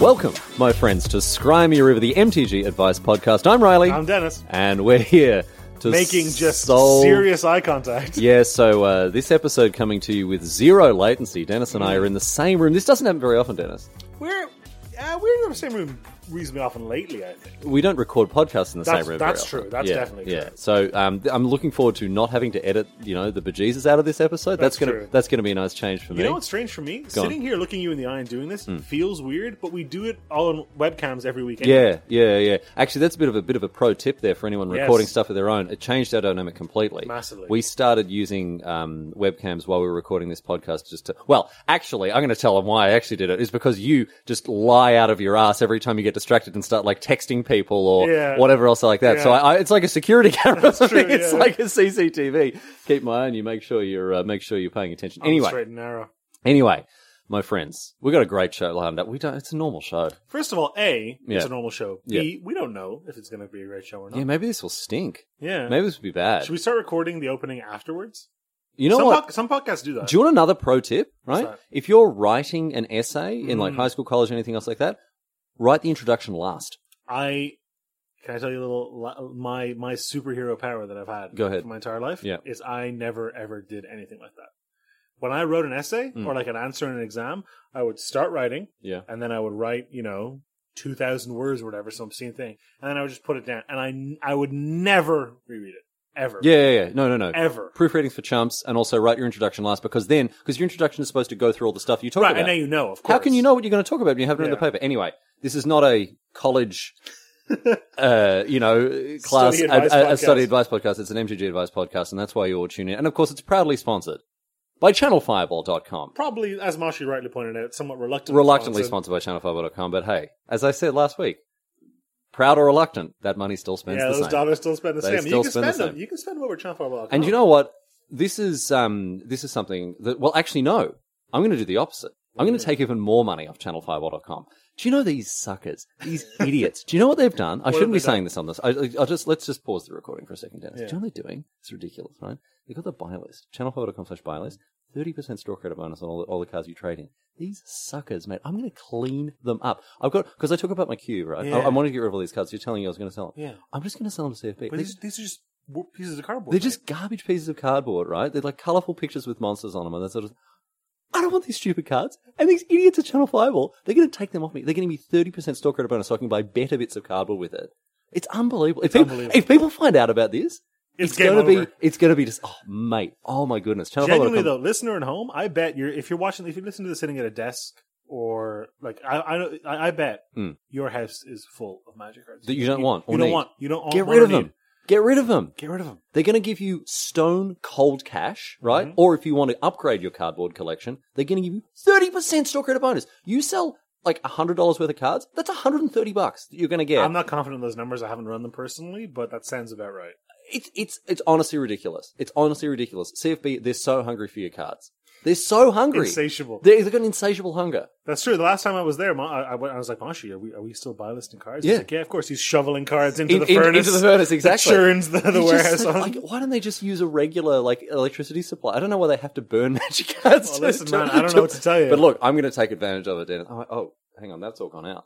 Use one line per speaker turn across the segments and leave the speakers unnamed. Welcome, my friends, to Scrimey River, the MTG Advice Podcast. I'm Riley,
I'm Dennis,
and we're here to
making just
solve...
serious eye contact.
Yeah, so uh, this episode coming to you with zero latency. Dennis and I are in the same room. This doesn't happen very often, Dennis.
We're uh, we're in the same room reasonably often lately. I think
We don't record podcasts in the
That's-
same room.
that's
very often.
true. That's
yeah,
definitely
yeah.
true.
So um, th- I'm looking forward to not having to edit, you know, the bejesus out of this episode. That's,
That's
gonna
true.
that's gonna be a nice change for me.
you know what's strange for me?
on. Hmm.
Sitting here looking you in the eye and doing this feels weird, but we do it all on webcams every weekend.
Yeah, yeah, yeah. Actually, that's a bit of a bit of a pro tip there for anyone
Yes.
recording stuff of their own. It changed our dynamic completely.
Massively.
We started using um, webcams while we were recording this podcast. Just to, well, actually, I'm going to tell them why I actually did it. Is because you just lie out of your ass every time you get distracted and start like texting people or
Yeah.
whatever else like that. So
Yeah.
I, I, it's like a security camera. or something.
true,
It's
yeah.
like a CCTV. Keep my eye on you. Make sure you're uh, make sure you're paying attention.
On the
Anyway,
straight and narrow.
anyway, my friends, we got a great show lined up. We don't. It's a normal show.
First of all, a
Yeah.
it's a normal show. B we don't know if it's going to be a great show or
Yeah,
not.
maybe this will stink.
Yeah.
Maybe this would be bad.
Should we start recording the opening afterwards?
You know
some,
what?
pod- some podcasts do that.
Do you want another pro tip? Right?
that? Mm.
If you're writing an essay in like high school, college, or anything else like that, write the introduction last.
I can I tell you a little li- my my superhero power that I've had
Go ahead.
for my entire life
Yeah.
is I never ever did anything like that. When I wrote an essay
Mm.
or like an answer in an exam, I would start writing
Yeah.
and then I would write, you know, 2000 words or whatever some obscene thing and then I would just put it down and I I would never reread it ever.
Yeah, yeah, yeah. No, no, no.
Ever.
Proofreading's for chumps, and also write your introduction last because then, because your introduction is supposed to go through all the stuff you talk
Right,
about.
and now you know, of course.
How can you know what you're going to talk about when you haven't read
Yeah.
the paper? Anyway, this is not a college, uh, you know, class
Study
a-
advice
a, a
podcast.
study advice podcast. It's an MTG advice podcast, and that's why you all tune in. And of course, it's proudly sponsored by ChannelFireball.com.
Probably, as Marshy rightly pointed out, somewhat reluctantly,
reluctantly
sponsored.
sponsored by channelfireball.com but hey as i said last week proud or reluctant that money still spends
Yeah,
the
those
same
dollars still spend the
They
same.
still
You can
spend the
spend them.
same.
You can spend them over Channel Five.
and you know what this is um this is something that well actually no i'm going to do the opposite i'm going to take even more money off channelfireball.com do you know these suckers these idiots do you know what they've done i
What
shouldn't
have
be
they done?
saying this on this I, I- i'll just let's just pause the recording for a second dennis
Yeah.
do you know what they're doing it's ridiculous right they've got the buy list channelfireball.com slash buy list 30% store credit bonus on all the, all the cars you trade in. These suckers, mate. I'm going to clean them up. I've got, because I talk about my queue, right? I,
Yeah.
I wanted to get rid of all these cards. You're telling me I was going to sell them.
Yeah.
I'm just going to sell them to CFP.
But
They-
these, these are just w- pieces of cardboard.
they're
mate.
just garbage pieces of cardboard, right? They're like colourful pictures with monsters on them and that sort of. I don't want these stupid cards. And these idiots at Channel Fireball, they're going to take them off me. They're going to be 30% store credit bonus so I can buy better bits of cardboard with it. It's unbelievable. If, people,
unbelievable.
if people find out about this,
It's
it's,
game
going to be,
over.
it's going to be just, oh, mate. Oh my goodness. Channel
genuinely
Fireball.
though, listener at home, I bet you're if you're watching, if you listen to this sitting at a desk or like I I don't- I, I bet
Mm.
your house is full of magic cards
That you don't want or
You don't
need.
want. You don't
Get
want
rid
or
of them.
need.
Get rid of them.
Get rid of them.
They're going to give you stone cold cash, right?
Mm-hmm.
Or if you want to upgrade your cardboard collection, they're going to give you 30% store credit bonus. You sell like $100 worth of cards, that's 130 bucks that you're going to get.
I'm not confident in those numbers. I haven't run them personally, but that sounds about right.
it's, it's, it's honestly ridiculous. It's honestly ridiculous. CFB, they're so hungry for your cards. They're so hungry.
Insatiable.
They- They've got an insatiable hunger.
That's true. The last time I was there, Ma, I, I went- I was like, Mashi, are we, are we still buy listing cards?
Yeah.
He's like, yeah, of course. He's shoveling cards into
In-
the
in-
furnace.
into the furnace,
that
exactly.
Churns the, the
They
warehouse
just,
on.
like, why don't they just use a regular like electricity supply? I don't know why they have to burn magic cards.
Well,
to-
Oh, listen,
to-
man, I don't know what to tell you.
But look, I'm going to take advantage of it, Dennis. Oh, oh, hang on, that's all gone out.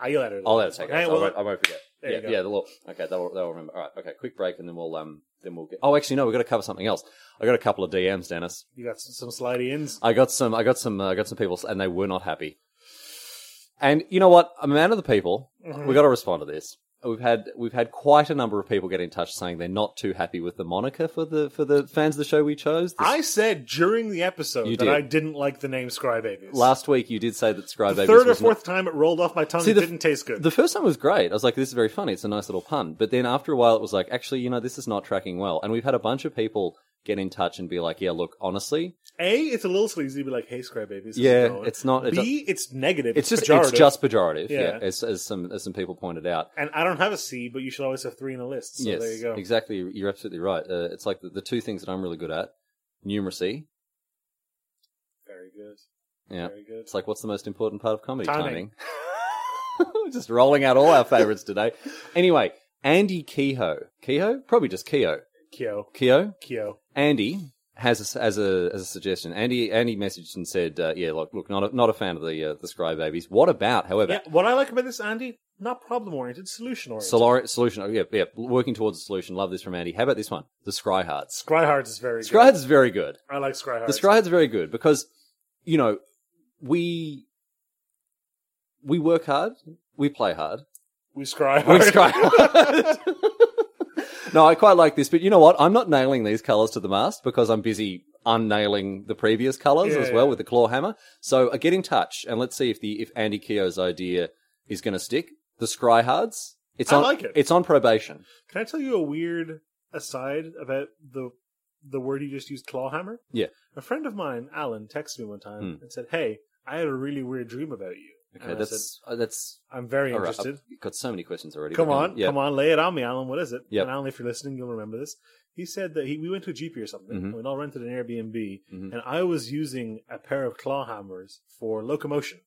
Ah, you'll edit it.
I'll let it take it.
Hey,
I,
well,
won't, I won't forget.
There
yeah,
you go.
yeah, the law. Okay, they'll, they'll remember. All right, okay, quick break, and then we'll um, then we'll get. Oh, actually, no, we've got to cover something else. I got a couple of DMs, Dennis.
You got some, some slidey ins.
I got some, I got some, uh, I got some people, and they were not happy. And you know what? I'm a man of the people.
Mm-hmm.
We've got to respond to this. We've had we've had quite a number of people get in touch saying they're not too happy with the moniker for the for the fans of the show we chose. This-
I said during the episode
You
that
did.
I didn't like the name Scrybabies.
last week you did say that Scribe
the
Babies
third or
was not-
fourth time it rolled off my tongue.
See,
it
the-
didn't taste good.
The first time was great. I was like, this is very funny. It's a nice little pun. But then after a while, it was like, actually, you know, this is not tracking well. And we've had a bunch of people get in touch and be like, yeah, look, honestly,
a, it's a little sleazy, but like, hey, Scrybabies. how's it
Yeah,
going?
it's not- it
B, it's negative.
it's
It's,
just
pejorative.
it's just pejorative. Yeah,
Yeah.
as, as some as some people pointed out.
And I don't have a C, but you should always have three in a list. So
yes,
there you go.
exactly. You're absolutely right. Uh, it's like the, the two things that I'm really good at: numeracy.
Very good.
Yeah,
Very good.
it's like what's the most important part of comedy?
Timing.
Timing. just rolling out all our favorites today. Anyway, Andy Kehoe, Kehoe, probably just Kehoe,
Kyo.
Kehoe,
Kyo.
Andy has a s as a as a suggestion. Andy Andy messaged and said, uh, "Yeah, look, look, not a, not a fan of the uh, the Scry Babies. What about, however,
Yeah, what I like about this, Andy, not problem oriented, solution oriented.
solari- solution? oh, Yeah, yeah, working towards a solution. Love this from Andy. How about this one? The Scry Hearts.
Scryhards is very
Scry
good.
Hearts is very good.
I like Scryhards.
The Scryhead's very good because, you know, we we work hard, we play hard,
we Scryhards.
we scry hard. no, I quite like this, but you know what? I'm not nailing these colours to the mast because I'm busy unnailing the previous colours
Yeah,
as well
yeah.
with the claw hammer. So uh, get in touch and let's see if the if Andy Keogh's idea is going to stick. The Scryhards, it's
I
on
like it.
it's on probation.
Can I tell you a weird aside about the the word you just used, clawhammer?
Yeah. Hmm.
A friend of mine, Alan, texted me one time and said, "Hey, I had a really weird dream about you."
Okay,
And I
that's uh, that's
said, I'm very
all right,
interested.
I've got so many questions already.
Come
but um,
on,
yeah.
come on, lay it on me, Alan. What is it?
Yep.
And Alan, if you're listening, you'll remember this. He said that he, we went to a GP or something,
Mhm.
and we all rented an Airbnb,
Mhm.
and I was using a pair of claw hammers for locomotion.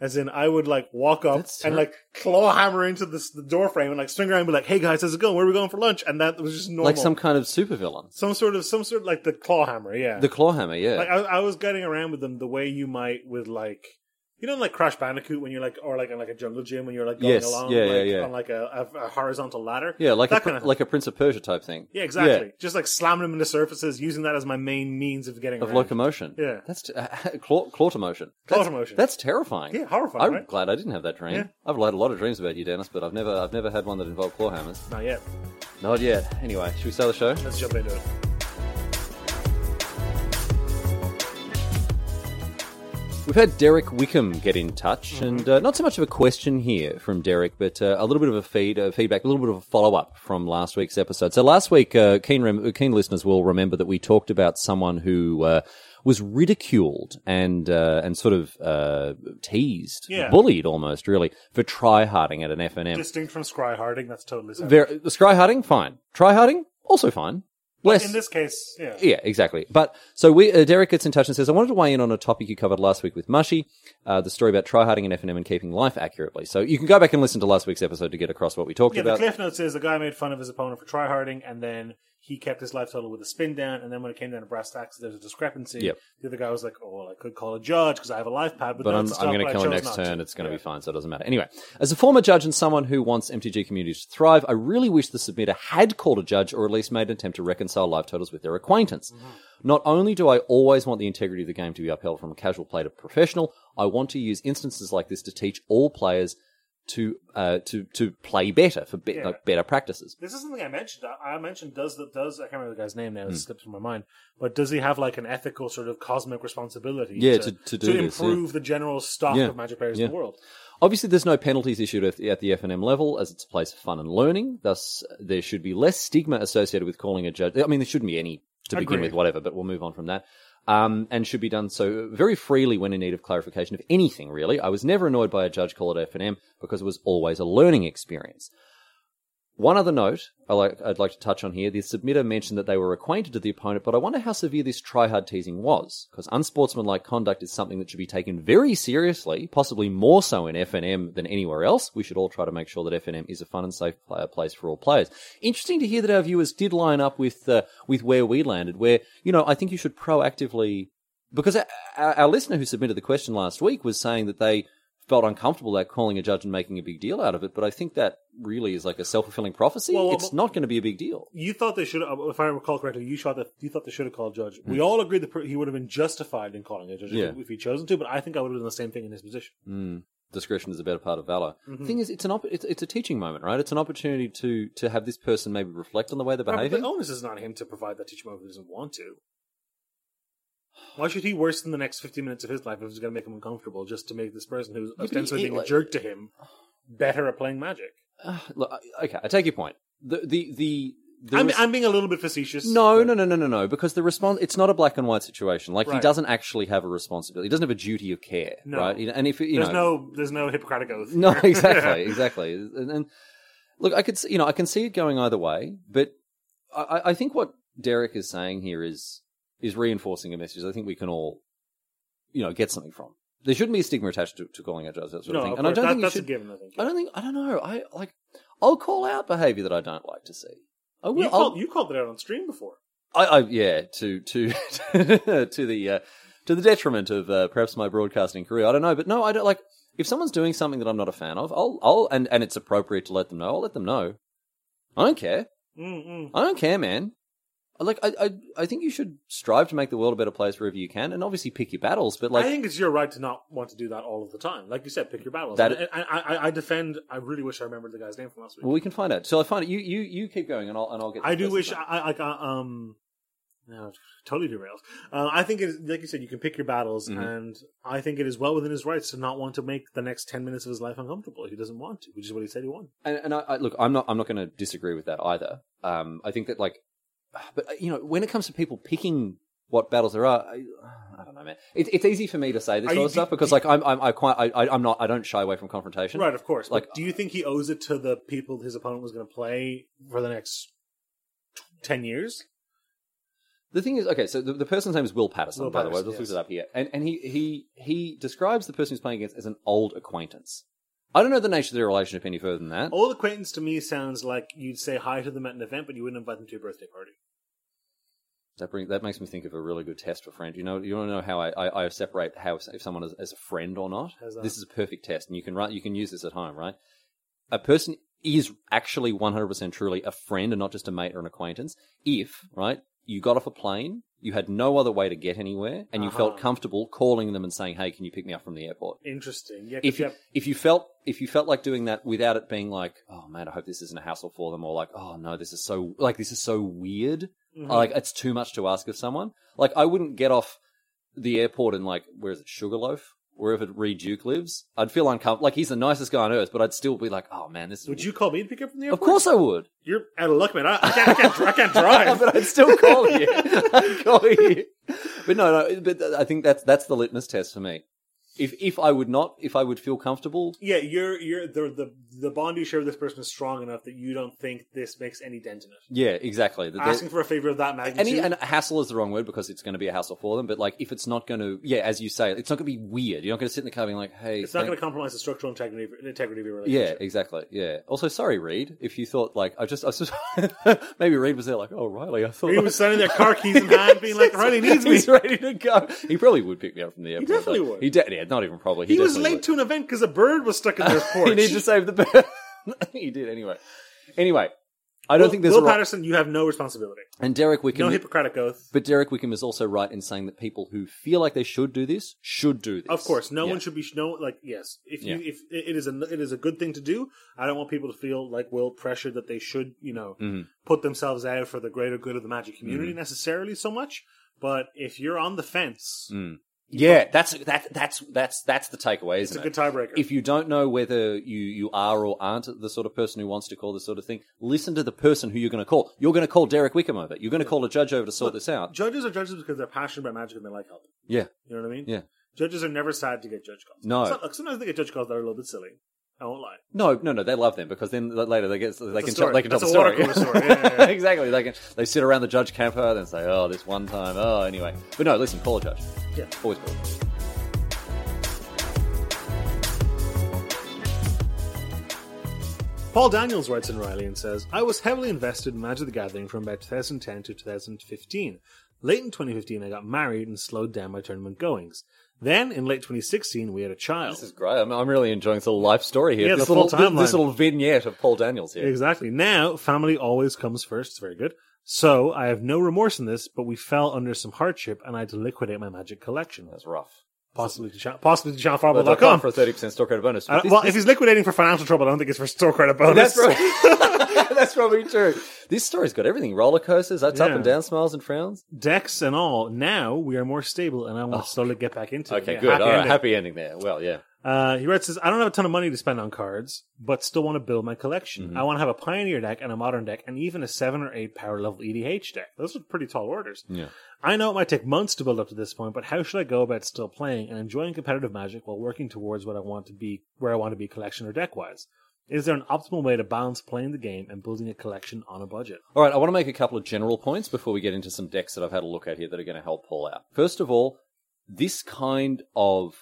As in, I would like walk up
That's
and
ter-
like claw hammer into this, the door frame and like swing around and be like, hey guys, how's it going? Where are we going for lunch? And that was just normal.
Like some kind of supervillain.
some sort of, some sort of like the claw hammer, yeah.
The claw hammer, yeah.
Like uh, I, I was getting around with them the way you might with like you know like Crash Bandicoot when you're like or like in like a jungle gym when you're like going
Yes,
along
yeah,
like,
yeah, yeah.
on like a, a, a horizontal ladder.
Yeah, like
that
a,
kind of
like a Prince of Persia type thing.
yeah, exactly. Just like slamming them into surfaces, using that as my main means of getting
of
around.
locomotion.
Yeah.
that's t- uh, claw, claw to motion.
Claw
That's-
to motion.
That's terrifying.
yeah, horrifying,
I'm
right?
glad I didn't have that dream.
Yeah.
I've had a lot of dreams about you, Dennis, but I've never I've never had one that involved claw hammers.
Not yet.
Not yet. Anyway, should we sell the show?
Let's jump into it.
We've had Derek Wickham get in touch,
Mm-hmm.
and uh, not so much of a question here from Derek, but uh, a little bit of a feed, uh, feedback, a little bit of a follow up from last week's episode. So last week, uh, keen rem- keen listeners will remember that we talked about someone who uh, was ridiculed and uh, and sort of uh, teased,
Yeah.
bullied almost, really, for tryharding at an F and M.
Distinct from scry harding, that's totally separate.
Very- Scryharding, fine. Tryharding, also fine. Less
in this case, yeah.
yeah, exactly. But so we, uh, Derek gets in touch and says, I wanted to weigh in on a topic you covered last week with Mushy, uh, the story about tryharding and FNM and keeping life accurately. So you can go back and listen to last week's episode to get across what we talked
Yeah, the
about.
cliff notes is the guy made fun of his opponent for tryharding, and then he kept his life total with a spin down, and then when it came down to brass tacks, there's a discrepancy.
Yep.
The other guy was like, "Oh, well, I could call a judge because I have a life pad, but,
but
no,
I'm,
it's
I'm
a stop,
going to
I
kill him
chose
next
not
turn.
to."
It's going to
Yeah.
be fine, so it doesn't matter. Anyway, as a former judge and someone who wants MTG communities to thrive, I really wish the submitter had called a judge or at least made an attempt to reconcile live totals with their acquaintance.
Mm-hmm.
Not only do I always want the integrity of the game to be upheld from casual play to professional, I want to use instances like this to teach all players to uh, to to play better for be-
Yeah.
like better practices.
This is something I mentioned. uh, I I mentioned does the does I can't remember the guy's name
Hmm.
now. It slips from my mind. But does he have like an ethical sort of cosmic responsibility?
Yeah, to- to do this, yeah.
improve the general stock
Yeah.
of Magic players
Yeah.
in the world.
Obviously, there's no penalties issued at the, at the FNM level, as it's a place for fun and learning. Thus, there should be less stigma associated with calling a judge. I mean, there shouldn't be any to begin
Agreed.
with, whatever. But we'll move on from that. Um, and should be done so very freely when in need of clarification of anything, really. I was never annoyed by a judge call at FNM because it was always a learning experience. One other note I like, I'd like to touch on here the submitter mentioned that they were acquainted to the opponent, but I wonder how severe this tryhard teasing was, because unsportsmanlike conduct is something that should be taken very seriously, possibly more so in FNM than anywhere else. We should all try to make sure that FNM is a fun and safe player place for all players. Interesting to hear that our viewers did line up with uh, with where we landed, where you know I think you should proactively because our- our our listener who submitted the question last week was saying that they felt uncomfortable about calling a judge and making a big deal out of it, but I think that really is like a self fulfilling prophecy.
Well, well,
it's not going to be a big deal.
You thought they should, have if I recall correctly, you thought that you thought they should have called judge. We all agreed that he would have been justified in calling a judge
Hmm. Yeah.
if, if he'd chosen to. But I think I would have done the same thing in his position.
Mm. Discretion is a better part of valor.
Mm-hmm.
The thing is, it's an op- it's, it's a teaching moment, right? It's an opportunity to to have this person maybe reflect on the way they're
Right, but
behaving.
the onus is not on him to provide that teaching moment if he doesn't want to. Why should he worsen the next 15 minutes of his life if it's going to make him uncomfortable just to make this person who's
but
ostensibly
he-
being
like-
a jerk to him better at playing magic?
Ah, look, I- okay, I take your point. The the the, the
I'm,
res-
I'm being a little bit facetious.
no,
but-
no, no, no, no, no. Because the response, it's not a black and white situation. Like he
Right.
doesn't actually have a responsibility. He doesn't have a duty of care,
No.
right? And if you
There's
know,
no, there's no Hippocratic oath.
No, exactly, exactly. And, and look, I could, s- you know, I can see it going either way, but I- I, I think what Derek is saying here is is reinforcing a message. I think we can all, you know, get something from. There shouldn't be a stigma attached to, to calling out judges, that sort
no,
of thing.
of
And I
course,
don't
that-
think you
that's a
should.
given. I think.
I don't think. I don't know. I like. I'll call out behavior that I don't like to see. I will.
you,
I'll-
called, you called it out on stream before.
I, I yeah, to to to the uh, to the detriment of uh, perhaps my broadcasting career. I don't know, but no, I don't like if someone's doing something that I'm not a fan of. I'll I'll and and it's appropriate to let them know. I'll let them know. I don't care.
Mm-mm.
I don't care, man. I- Like I I I think you should strive to make the world a better place wherever you can, and obviously pick your battles. But like
I think it's your right to not want to do that all of the time. Like you said, pick your battles.
That-
And I, I, I defend. I really wish I remembered the guy's name from last week.
Well, we can find out. So I find it. You you you keep going, and I'll and I'll get.
I
the
do
person's
wish
name.
I, I like uh, um no totally derailed. Uh, I think it's, like you said, you can pick your battles,
Mhm.
and I think it is well within his rights to not want to make the next ten minutes of his life uncomfortable. if He doesn't want to, which is what he said he wanted.
and, and I, I look. I'm not. I'm not going to disagree with that either. Um, I think that like, but uh, you know, when it comes to people picking what battles there are, I, I don't know, man. It, it's easy for me to say this
Are
sort
you-
of stuff
do-
because
do-
like I'm I'm I quite I- I I'm not I don't shy away from confrontation.
Right, of course. Like,
Like-
do you think he owes it to the people his opponent was going to play for the next t- ten years?
The thing is, okay, so the, the person's name is Will Patterson,
Will
by the way.
Patterson,
Let's look
yes.
it up here. And and he he he describes the person he's playing against as an old acquaintance. I don't know the nature of their relationship any further than that.
Old acquaintance to me sounds like you'd say hi to them at an event, but you wouldn't invite them to your birthday party.
That brings that makes me think of a really good test for friend. You know, you want to know how I, I, I separate how if someone is as a friend or not.
How's that?
This is a perfect test, and you can run, you can use this at home, right? A person is actually one hundred percent truly a friend and not just a mate or an acquaintance. If right, you got off a plane, you had no other way to get anywhere, and you felt
Uh-huh.
comfortable calling them and saying, "Hey, can you pick me up from the airport?"
Interesting. Yeah, 'cause
if
you
you,
have-
if you felt if you felt like doing that without it being like oh man i hope this isn't a hassle for them or like oh no this is so like this is so weird
Mhm.
like it's too much to ask of someone like i wouldn't get off the airport and like where is it sugarloaf wherever reed duke lives i'd feel uncomfortable like he's the nicest guy on earth but i'd still be like oh man this is
would you call me to pick you up from the
of
airport?
course i would
You're out of luck, man. I, I, can't, I, can't, I can't drive.
but i'd still call you I'd call you but no no but i think that's that's the litmus test for me if if i would not if i would feel comfortable
Yeah, you're you're the the the bond you share with this person is strong enough that you don't think this makes any dent in it.
yeah exactly That there-
Asking for a favor of that magnitude.
Any and hassle is the wrong word because it's going to be a hassle for them. But like, if it's not going to, yeah, as you say, it's not going to be weird. You're not going to sit in the car being like, "Hey,
it's not
thank-
going to compromise the structural integrity of- integrity of your
Yeah,
relationship.
exactly. Yeah. Also, sorry, Reed, if you thought like I just, I was just maybe Reed was there like, "Oh, Riley, I thought
He was standing there, car keys in hand, being like, "Riley needs me."
He's ready to go. He probably would pick me up from the airport.
definitely
though.
would.
He de- yeah, not even probably. He,
He, was
definitely
late
would.
to an event because a bird was stuck in their porch.
he needed to save the bird. he did anyway. Anyway, I don't
Will-
think there's
Will
a right-
Patterson. You have no responsibility,
and Derek Wickham.
no Hippocratic oath.
But Derek Wickham is also right in saying that people who feel like they should do this should do this.
Of course, no
Yeah.
one should be no like yes. If you
Yeah.
if it is a it is a good thing to do. I don't want people to feel like Will pressured that they should you know
Mhm.
put themselves out for the greater good of the magic community
Mm-hmm.
necessarily so much. But if you're on the fence,
Mm. Yeah, that's that that's that's that's the takeaway,
it's
isn't
a
it?
good tiebreaker.
if you don't know whether you, you are or aren't the sort of person who wants to call this sort of thing, listen to the person who you're going to call. You're going to call Derek Wickham over. You're going to call a judge over to sort this out.
judges are judges because they're passionate about magic and they like helping.
Yeah.
You know what I mean?
Yeah.
Judges are never sad to get judge calls.
No.
Some- look, sometimes they get judge calls that are a little bit silly. I won't lie.
No, no, no. They love them because then later they get they can
a
tell,
story.
they can tell
That's
the
a water
story.
cooler story. Yeah, yeah, yeah.
exactly. They can they sit around the judge camper and say, "Oh, this one time. Oh, anyway." But no, listen, call a judge.
Yeah.
Always call. a judge.
Paul Daniels writes in Riley and says, I was heavily invested in Magic the Gathering from about 2010 to 2015. Late in 2015, I got married and slowed down my tournament goings. Then, in late 2016, we had a child.
This is great. I'm, I'm really enjoying this little life story here.
Yeah,
this
the
little
full
thi- this
timeline.
little vignette of Paul Daniels here.
Exactly. Now, family always comes first. It's very good. So, I have no remorse in this, but we fell under some hardship and I had to liquidate my magic collection.
That's rough.
Possibly to, Sean- possibly to
But com
SeanFarble.com.
for a thirty percent store credit bonus.
Uh,
This-
well,
this-
if he's liquidating for financial trouble, I don't think it's for store credit bonus.
that's right. that's probably true. This story's got everything: roller coasters, that's up
Yeah.
and down, smiles and frowns.
Decks and all. Now, we are more stable and I want to slowly get back into it.
Oh. Okay,
Yeah,
good.
happy
All right,
ending.
happy ending there. Well, yeah.
Uh, he writes, says, I don't have a ton of money to spend on cards, but still want to build my collection.
Mm-hmm.
I want to have a Pioneer deck and a Modern deck and even a 7 or 8 power level EDH deck. Those are pretty tall orders.
Yeah.
I know it might take months to build up to this point, but how should I go about still playing and enjoying competitive magic while working towards what I want to be, where I want to be collection or deck wise? Is there an optimal way to balance playing the game and building a collection on a budget?
All right, I want to make a couple of general points before we get into some decks that I've had a look at here that are going to help Paul out. First of all, this kind of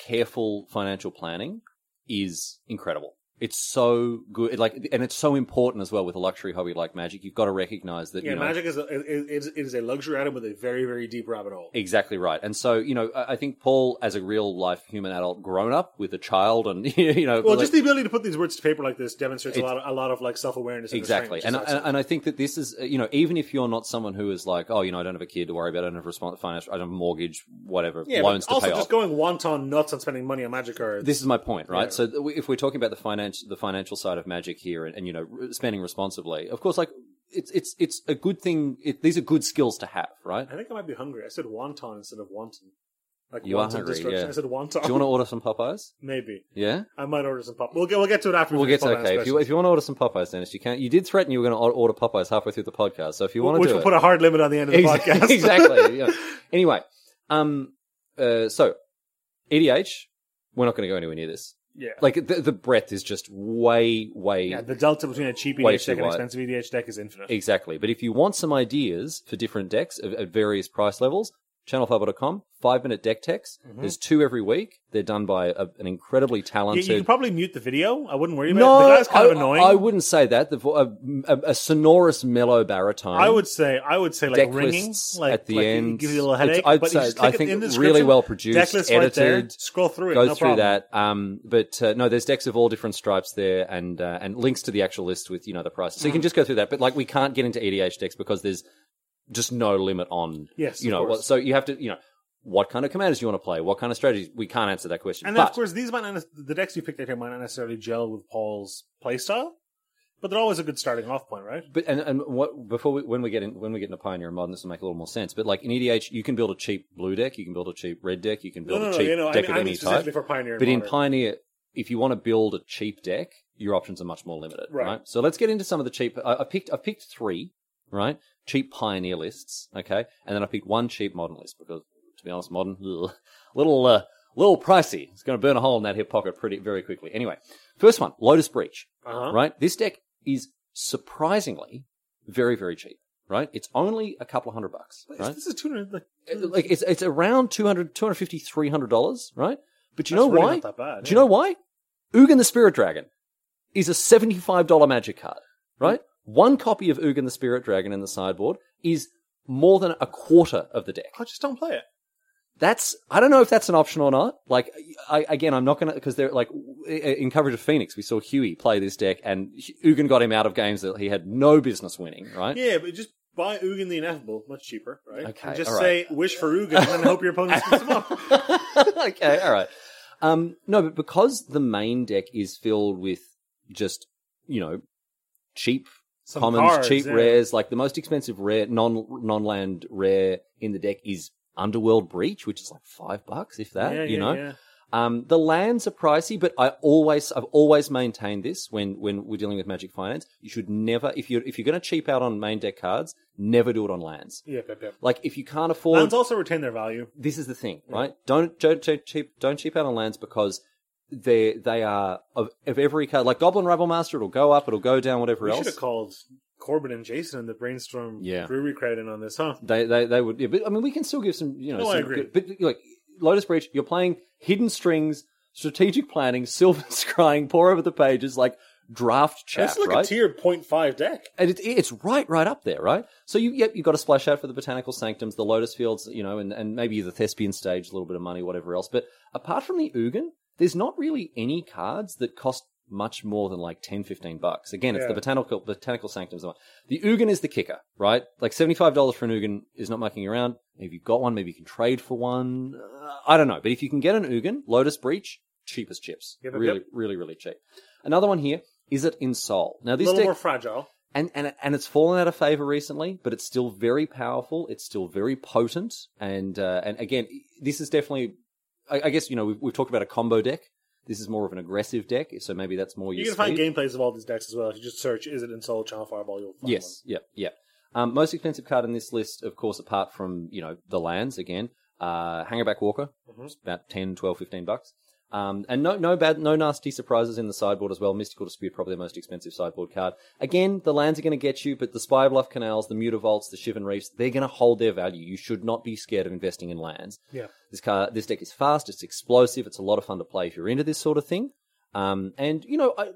careful financial planning is incredible. It's so good, like, and it's so important as well with a luxury hobby like Magic. You've got to recognize that.
Yeah,
you know,
magic is a, it, it, it is a luxury item with a very very deep rabbit hole.
Exactly right. And so, you know, I I think Paul, as a real life human adult grown up with a child and, you know,
Well,
like-
just the ability to put these words to paper like this demonstrates a
It's-
lot of, a lot of like self awareness.
exactly. And,
and, restraint,
and, and I think that this is, uh, you know, even if you're not someone who is like, oh, you know, I don't have a kid to worry about, I don't have response, finance, I don't have a mortgage, whatever,
which is- yeah,
loans
but
to
also
pay off.
just going wanton nuts on spending money on magic cards.
this is my point, right?
Yeah.
So th- if we're talking about the finance, the financial side of magic here, and, and you know, r- spending responsibly, of course, like it's it's it's a good thing. It, these are good skills to have, right?
I think I might be hungry. I said wanton instead of wanton. Like
You are
wanton
hungry,
destruction.
yeah.
I said wanton.
Do you want to order some Popeyes?
Maybe
Yeah,
I might order some pop. We'll get we'll get to it after.
we'll
finish
get to
Popeyes
okay. If you
questions.
if you want to order some Popeyes, Dennis, you can. You did threaten you were going to order Popeyes halfway through the podcast, so if you want
which
to do
will
it,
put a hard limit on the end of the
Ex-
podcast.
exactly, yeah. anyway, um, uh, so EDH, we're not going to go anywhere near this.
yeah.
Like the the breadth is just way way
Yeah, the delta between a cheap
Way
EDH deck
too
and an
wide.
expensive EDH deck is infinite.
Exactly. But if you want some ideas for different decks at, at various price levels, channelfiber.com, five minute deck techs.
Mhm.
There's two every week. They're done by a, an incredibly
You, you
talented.
can probably mute the video. I wouldn't worry about
no,
it. The guy's kind
I,
of annoying.
I wouldn't say that. The, vo- a, a, a sonorous mellow baritone.
I would say I would say like
Deck
ringing
lists
like
at the
like it
end.
gives you a little
It's-
headache.
I'd
but you
say-
just click
I think
it in the
really
description,
well produced,
deck list right there,
edited,
scroll through it,
Go
no
through
problem.
that, um, but uh, no, there's decks of all different stripes there, and uh, and links to the actual list with you know the prices. So
Mm-hmm.
you can just go through that, but like we can't get into EDH decks because there's just no limit on
Yes,
you
of
know.
course.
what- So you have to you know what kind of commanders you want to play, what kind of strategies. We can't answer that question.
And then,
but
of course, these might not, the decks you picked out here might not necessarily gel with Paul's playstyle, but they're always a good starting off point, right?
But and, and what before we, when we get in when we get into Pioneer and Modern, this will make a little more sense. But like in EDH, you can build a cheap blue deck, you can build a cheap red deck, you can
No,
build
no,
a
no.
cheap
You know, I
deck
mean,
of
I mean
any type.
specifically for Pioneer. and
But in
Modern.
Pioneer, if you want to build a cheap deck, your options are much more limited, right?
Right.
So let's get into some of the cheap. I, I picked I picked three right cheap Pioneer lists, okay, and then I picked one cheap Modern list because to be honest, Modern ugh, little uh, little pricey. It's going to burn a hole in that hip pocket pretty very quickly. Anyway, first one, Lotus Breach
uh-huh.
right? This deck is surprisingly very, very cheap, right? It's only a couple of hundred bucks,
But
right?
This is two hundred. Like,
It- Like it's it's around 200, 250, 300 dollars, right? But you
that's
know
really
why?
Not that bad,
Do you know why? Ugin the Spirit Dragon is a seventy-five dollar magic card, right? One copy of Ugin the Spirit Dragon in the sideboard is more than a quarter of the deck.
I just don't play it.
That's I don't know if that's an option or not. Like I, again, I'm not gonna because they're like in coverage of Phoenix, we saw Huey play this deck, and Ugin got him out of games that he had no business winning. Right?
Yeah, but just buy Ugin the Ineffable, much cheaper, right?
Okay,
And just
all
say wish for Ugin and then hope your opponent picks him up.
okay, all right. Um, no, but because the main deck is filled with just you know cheap
Some
commons,
cards,
cheap
yeah.
rares. Like the most expensive rare, non non land rare in the deck is Underworld Breach, which is like five bucks, if that.
Yeah,
you
yeah,
know,
yeah.
um, the lands are pricey, but I always I've always maintained this when when we're dealing with Magic Finance. You should never if you are if you're going to cheap out on main deck cards, never do it on lands.
Yep, yep, yep.
Like if you can't afford
Lands also retain their value.
this is the thing, right? Don't don't don't cheap don't cheap out on lands because they they are of, of every card. Like Goblin Rabble Master, it'll go up, it'll go down, whatever
We should
else.
have called Corbin and Jason and the brainstorm
Yeah.
brewery credit in on this, huh?
They they they would. Yeah, but I mean, we can still give some. You know,
No, Oh, I
some
agree.
good- but like Lotus Breach, you're playing hidden strings, strategic planning, silver scrying, pour over the pages, like draft chat,
That's like
right?
a tier 0.5 deck.
and it, it's right, right up there, right? So you, yep, you got to splash out for the botanical sanctums, the lotus fields, you know, and, and maybe the thespian stage, a little bit of money, whatever else. But apart from the Ugin, there's not really any cards that cost much more than like 10, 15 bucks. Again, it's
Yeah.
the botanical botanical sanctums. The Ugin is the kicker, right? Like seventy-five dollars for an Ugin is not mucking around. If you've got one, maybe you can trade for one. Uh, I don't know, but if you can get an Ugin, Lotus Breach, cheap as chips,
Yep, yep,
really,
yep.
really, really cheap. Another one here is it in Soul. Now
A
this
little
deck,
more fragile.
and and and it's fallen out of favor recently, but it's still very powerful. It's still very potent, and uh, and again, this is definitely, I, I guess you know we've, we've talked about a combo deck. This is more of an aggressive deck, so maybe that's more
You
your
can find
speed.
gameplays of all these decks as well. If you just search "Is it in Soul Channel Fireball," you'll find
Yes, yeah, yeah. Um, most expensive card in this list, of course, apart from you know the lands again, uh, Hangerback Walker,
one. Mhm.
it's about 10, 12, 15 bucks. Um, and no, no bad, no nasty surprises in the sideboard as well. Mystical Dispute, probably the most expensive sideboard card. Again, the lands are going to get you, but the Spy Bluff Canals, the Mutavaults, the Shivan Reefs, they're going to hold their value. You should not be scared of investing in lands.
Yeah.
This car, this deck is fast, it's explosive, it's a lot of fun to play if you're into this sort of thing. Um, and you know, I,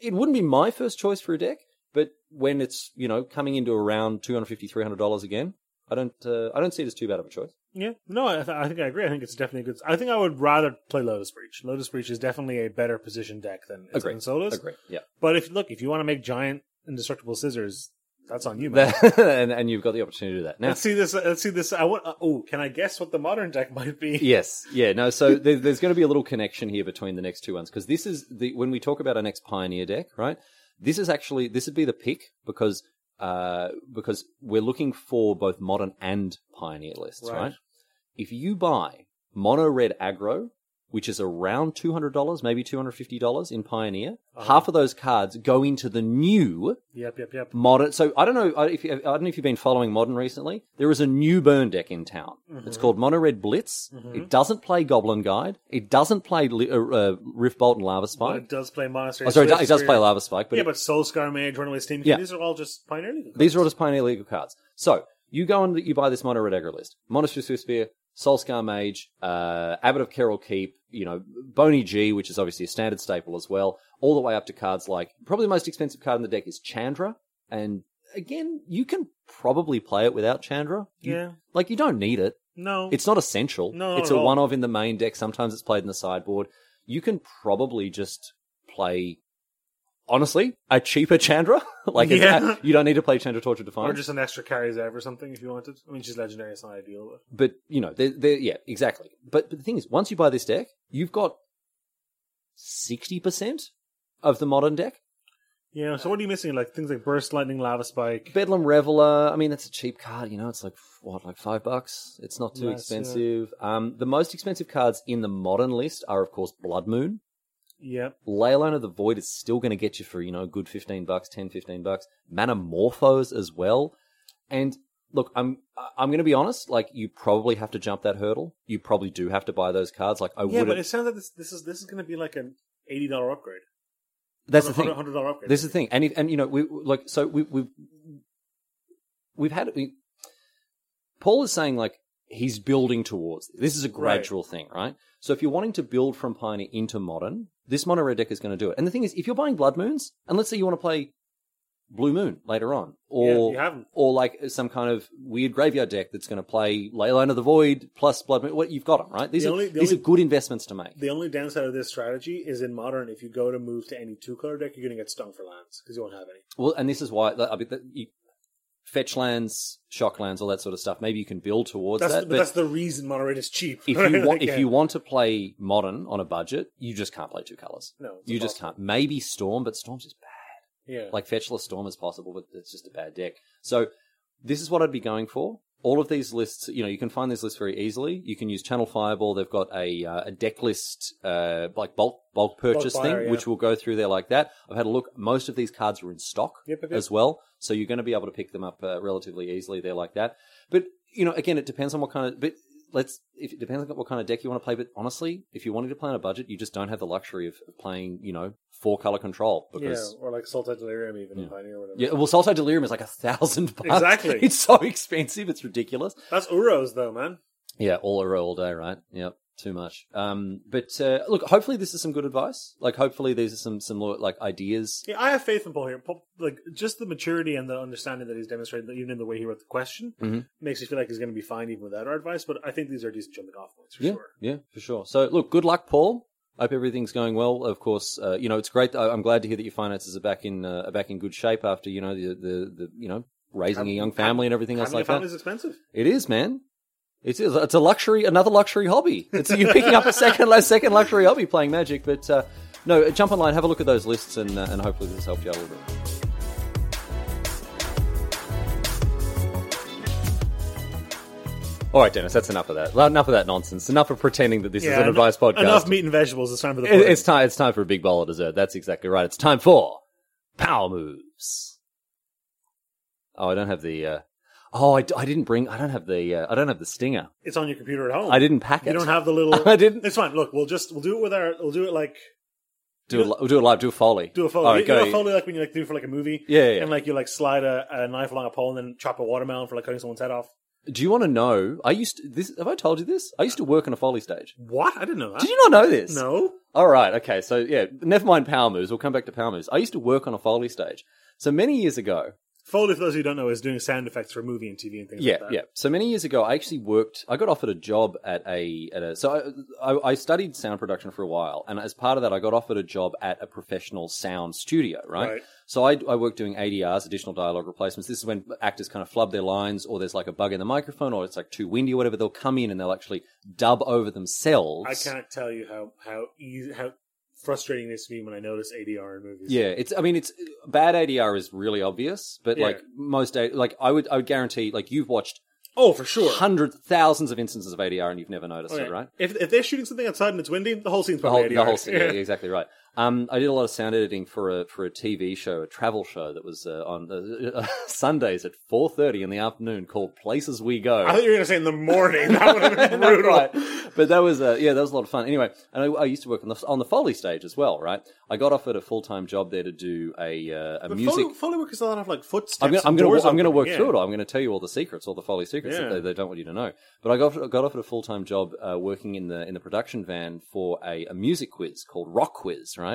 it wouldn't be my first choice for a deck, but when it's you know coming into around 250 300 dollars again, I don't uh, I don't see it as too bad of a choice.
Yeah, no, I, th- I think I agree. I think it's definitely a good. I think I would rather play Lotus Breach. Lotus Breach is definitely a better position deck than
Agree.
Insolent Solus.
Agree, yeah.
But if look, if you want to make giant indestructible scissors, that's on you, man.
and, and you've got the opportunity to do that now.
Let's see this. Let's see this. I want. Uh, oh, can I guess what the modern deck might be?
Yes, yeah, no. So there, there's going to be a little connection here between the next two ones because this is the when we talk about our next Pioneer deck, right? This is actually this would be the pick because uh, because we're looking for both modern and Pioneer lists,
Right.
right? If you buy mono red aggro, which is around two hundred dollars, maybe two hundred fifty dollars in Pioneer,
Uh-huh.
half of those cards go into the new
Yep. Yep. Yep.
modern. So I don't know I- if you, I don't know if you've been following modern recently. There is a new burn deck in town.
Mm-hmm.
It's called Mono Red Blitz. It doesn't play Goblin Guide. It doesn't play Li- uh, uh, Rift Bolt and Lava
But it
Spike.
does play monastery.
Oh, sorry, it
Swift
does, it does
Spear.
play Lava Spike, but,
yeah,
it-
but Soul Scar Mage, Runaway Steam. King,
Yeah.
These are all just Pioneer League.
these are all just Pioneer legal cards. So you go and you buy this Mono Red Aggro list: Monastery Swift Spear, Soulscar Mage, uh, Abbot of Carol Keep. You know, Bony G, which is obviously a standard staple as well, all the way up to cards like probably the most expensive card in the deck is Chandra, and again, you can probably play it without Chandra. You
Yeah.
Like you don't need it.
No.
It's not essential.
No, not
it's
at
a
all.
one of in the main deck. Sometimes it's played in the sideboard. You can probably just play honestly a cheaper Chandra. like it's-
Yeah.
you don't need to play Chandra Torture
or
Defiance.
just an extra carries ev or something if you wanted. I mean, she's legendary. It's not ideal. But
But you know, they're, they're, yeah, exactly. But, but the thing is, once you buy this deck, you've got sixty percent of the modern deck.
yeah. So what are you missing? Like things like Burst Lightning, Lava Spike.
Bedlam Reveler. I mean, that's a cheap card. You know, it's like what, like five bucks. It's not too
Nice, yeah.
expensive. Um, the most expensive cards in the modern list are, of course, Blood Moon.
yeah.
Leyline of the Void is still going to get you for, you know, a good 15 bucks, 10, 15 bucks. Manamorphos as well. And look, I'm I'm going to be honest, like you probably have to jump that hurdle. You probably do have to buy those cards. Like I
Yeah, but
would
it sounds like this. This is this is going to be like an eighty dollar upgrade.
That's the
Hundred-
thing.
Hundred dollar upgrade.
This is the thing, and it, and you know we like so we we've we've had we, Paul is saying like he's building towards this is a gradual thing, right? So if you're wanting to build from Pioneer into Modern, this mono red deck is going to do it. And the thing is, if you're buying Blood Moons, and let's say you want to play Blue Moon later on,
Yeah,
or
you haven't.
or like some kind of weird graveyard deck that's going to play Leyline of the Void plus Blood Moon, what you've got them right. These
The
are
only- the
these
only-
are good investments to make.
The only downside of this strategy is in modern, if you go to move to any two color deck, you're going to get stung for lands because you won't have any.
Well, and this is why I mean, that you, fetch lands, shock lands, all that sort of stuff. Maybe you can build towards
That's,
that.
the, that's the reason Monterey is cheap.
if
right?
you want,
Like,
if
yeah.
you want to play modern on a budget, you just can't play two colors.
no, it's
You just
impossible.
can't. Maybe storm, but storm's just bad.
Yeah,
Like fetchless storm is possible, but it's just a bad deck. So this is what I'd be going for. All of these lists, you know, you can find these lists very easily. You can use Channel Fireball. They've got a uh, a deck list, uh, like bulk bulk purchase
buyer,
thing,
yeah.
which we'll go through there like that. I've had a look. Most of these cards are in stock
Yep, yep, yep.
as well. So you're going to be able to pick them up uh, relatively easily there like that. But you know, again, it depends on what kind of. But let's. If it depends on what kind of deck you want to play. But honestly, if you're wanting to play on a budget, you just don't have the luxury of of playing, you know, four color control because.
yeah, or like Sultai Delirium, even in
Yeah.
Pioneer or whatever.
Yeah, well, Salto Delirium is like a thousand bucks.
Exactly.
It's so expensive. It's ridiculous.
That's Uros though, man.
Yeah, all over all day, right? Yep, too much. Um, but uh, look, hopefully this is some good advice. Like, hopefully these are some some like ideas.
Yeah, I have faith in Paul here. Paul, like just the maturity and the understanding that he's demonstrated, even in the way he wrote the question,
Mhm.
makes me feel like he's going to be fine even without our advice. But I think these are decent jumping off points for
yeah,
sure.
yeah, for sure. So, look, good luck, Paul. Hope everything's going well. Of course, uh, you know it's great. I- I'm glad to hear that your finances are back in uh, are back in good shape after you know the the, the you know raising a
Having-
young family and everything else
Having a
like that.
family is expensive.
It is, man. It is. It's a luxury, another luxury hobby. It's, you're picking up a second, a second luxury hobby playing Magic. But uh, no, jump online, have a look at those lists, and uh, and hopefully this helped you out a little bit. All right, Dennis, that's enough of that. Well, Enough of that nonsense. Enough of pretending that this is an
en-
advice podcast.
Enough meat and vegetables. It's time for the.
It-
pudding.
it's time. It's time for a big bowl of dessert. That's exactly right. It's time for power moves. Oh, I don't have the. Uh, oh, I, d- I didn't bring. I don't have the. Uh, I don't have the stinger.
It's on your computer at home.
I didn't pack it.
You don't have the little.
I didn't
It's fine. Look, we'll just we'll do it with our. We'll do it like
do. A, li- we'll do a live. Do a foley.
do a foley.
All right,
you know,
go.
a foley like when you like do for like a movie.
Yeah, yeah, yeah.
And like you like slide a, a knife along a pole and then chop a watermelon for like cutting someone's head off.
Do you want to know? I used to, this. Have I told you this? I used to work on a foley stage.
What? I didn't know that.
Did you not know this?
No.
All right. Okay. So yeah, never mind power moves. We'll come back to power moves. I used to work on a foley stage. So many years ago,
Foley, for those who don't know, is doing sound effects for movie and TV and things
yeah,
like that.
yeah. So many years ago, I actually worked. I got offered a job at a at a. So I, I, I studied sound production for a while, and as part of that, I got offered a job at a professional sound studio. Right.
Right.
So I, I worked doing ADRs, additional dialogue replacements. This is when actors kind of flub their lines, or there's like a bug in the microphone, or it's like too windy, or whatever. They'll come in and they'll actually dub over themselves.
I can't tell you how how easy, how frustrating it is to me when I notice ADR in movies.
Yeah, it's. I mean, it's bad ADR is really obvious, but
Yeah.
like most, A- like I would, I would guarantee, like you've watched
Oh, for sure.
hundreds, thousands of instances of ADR and you've never noticed
Oh, yeah.
it, right?
If, if they're shooting something outside and it's windy, the whole scene's
The whole,
probably
the
ADR.
whole scene. Yeah, exactly right. Um, I did a lot of sound editing for a for a TV show, a travel show that was uh, on uh, Sundays at four thirty in the afternoon called Places We Go.
I thought you were going to say in the morning. That would have been
That's
brutal.
right. But that was uh, yeah, that was a lot of fun. Anyway, and I, I used to work on the on the Foley stage as well, right? I got offered a full time job there to do a uh, a
But
music.
Foley, Foley work is a lot of like footsteps.
I'm gonna, I'm
and
gonna,
doors
I'm gonna
opening,
work
yeah.
through it. all. I'm gonna tell you all the secrets, all the folly secrets
Yeah.
that they, they don't want you to know. But I got got offered a full time job uh, working in the in the production van for a, a music quiz called Rock Quiz, right?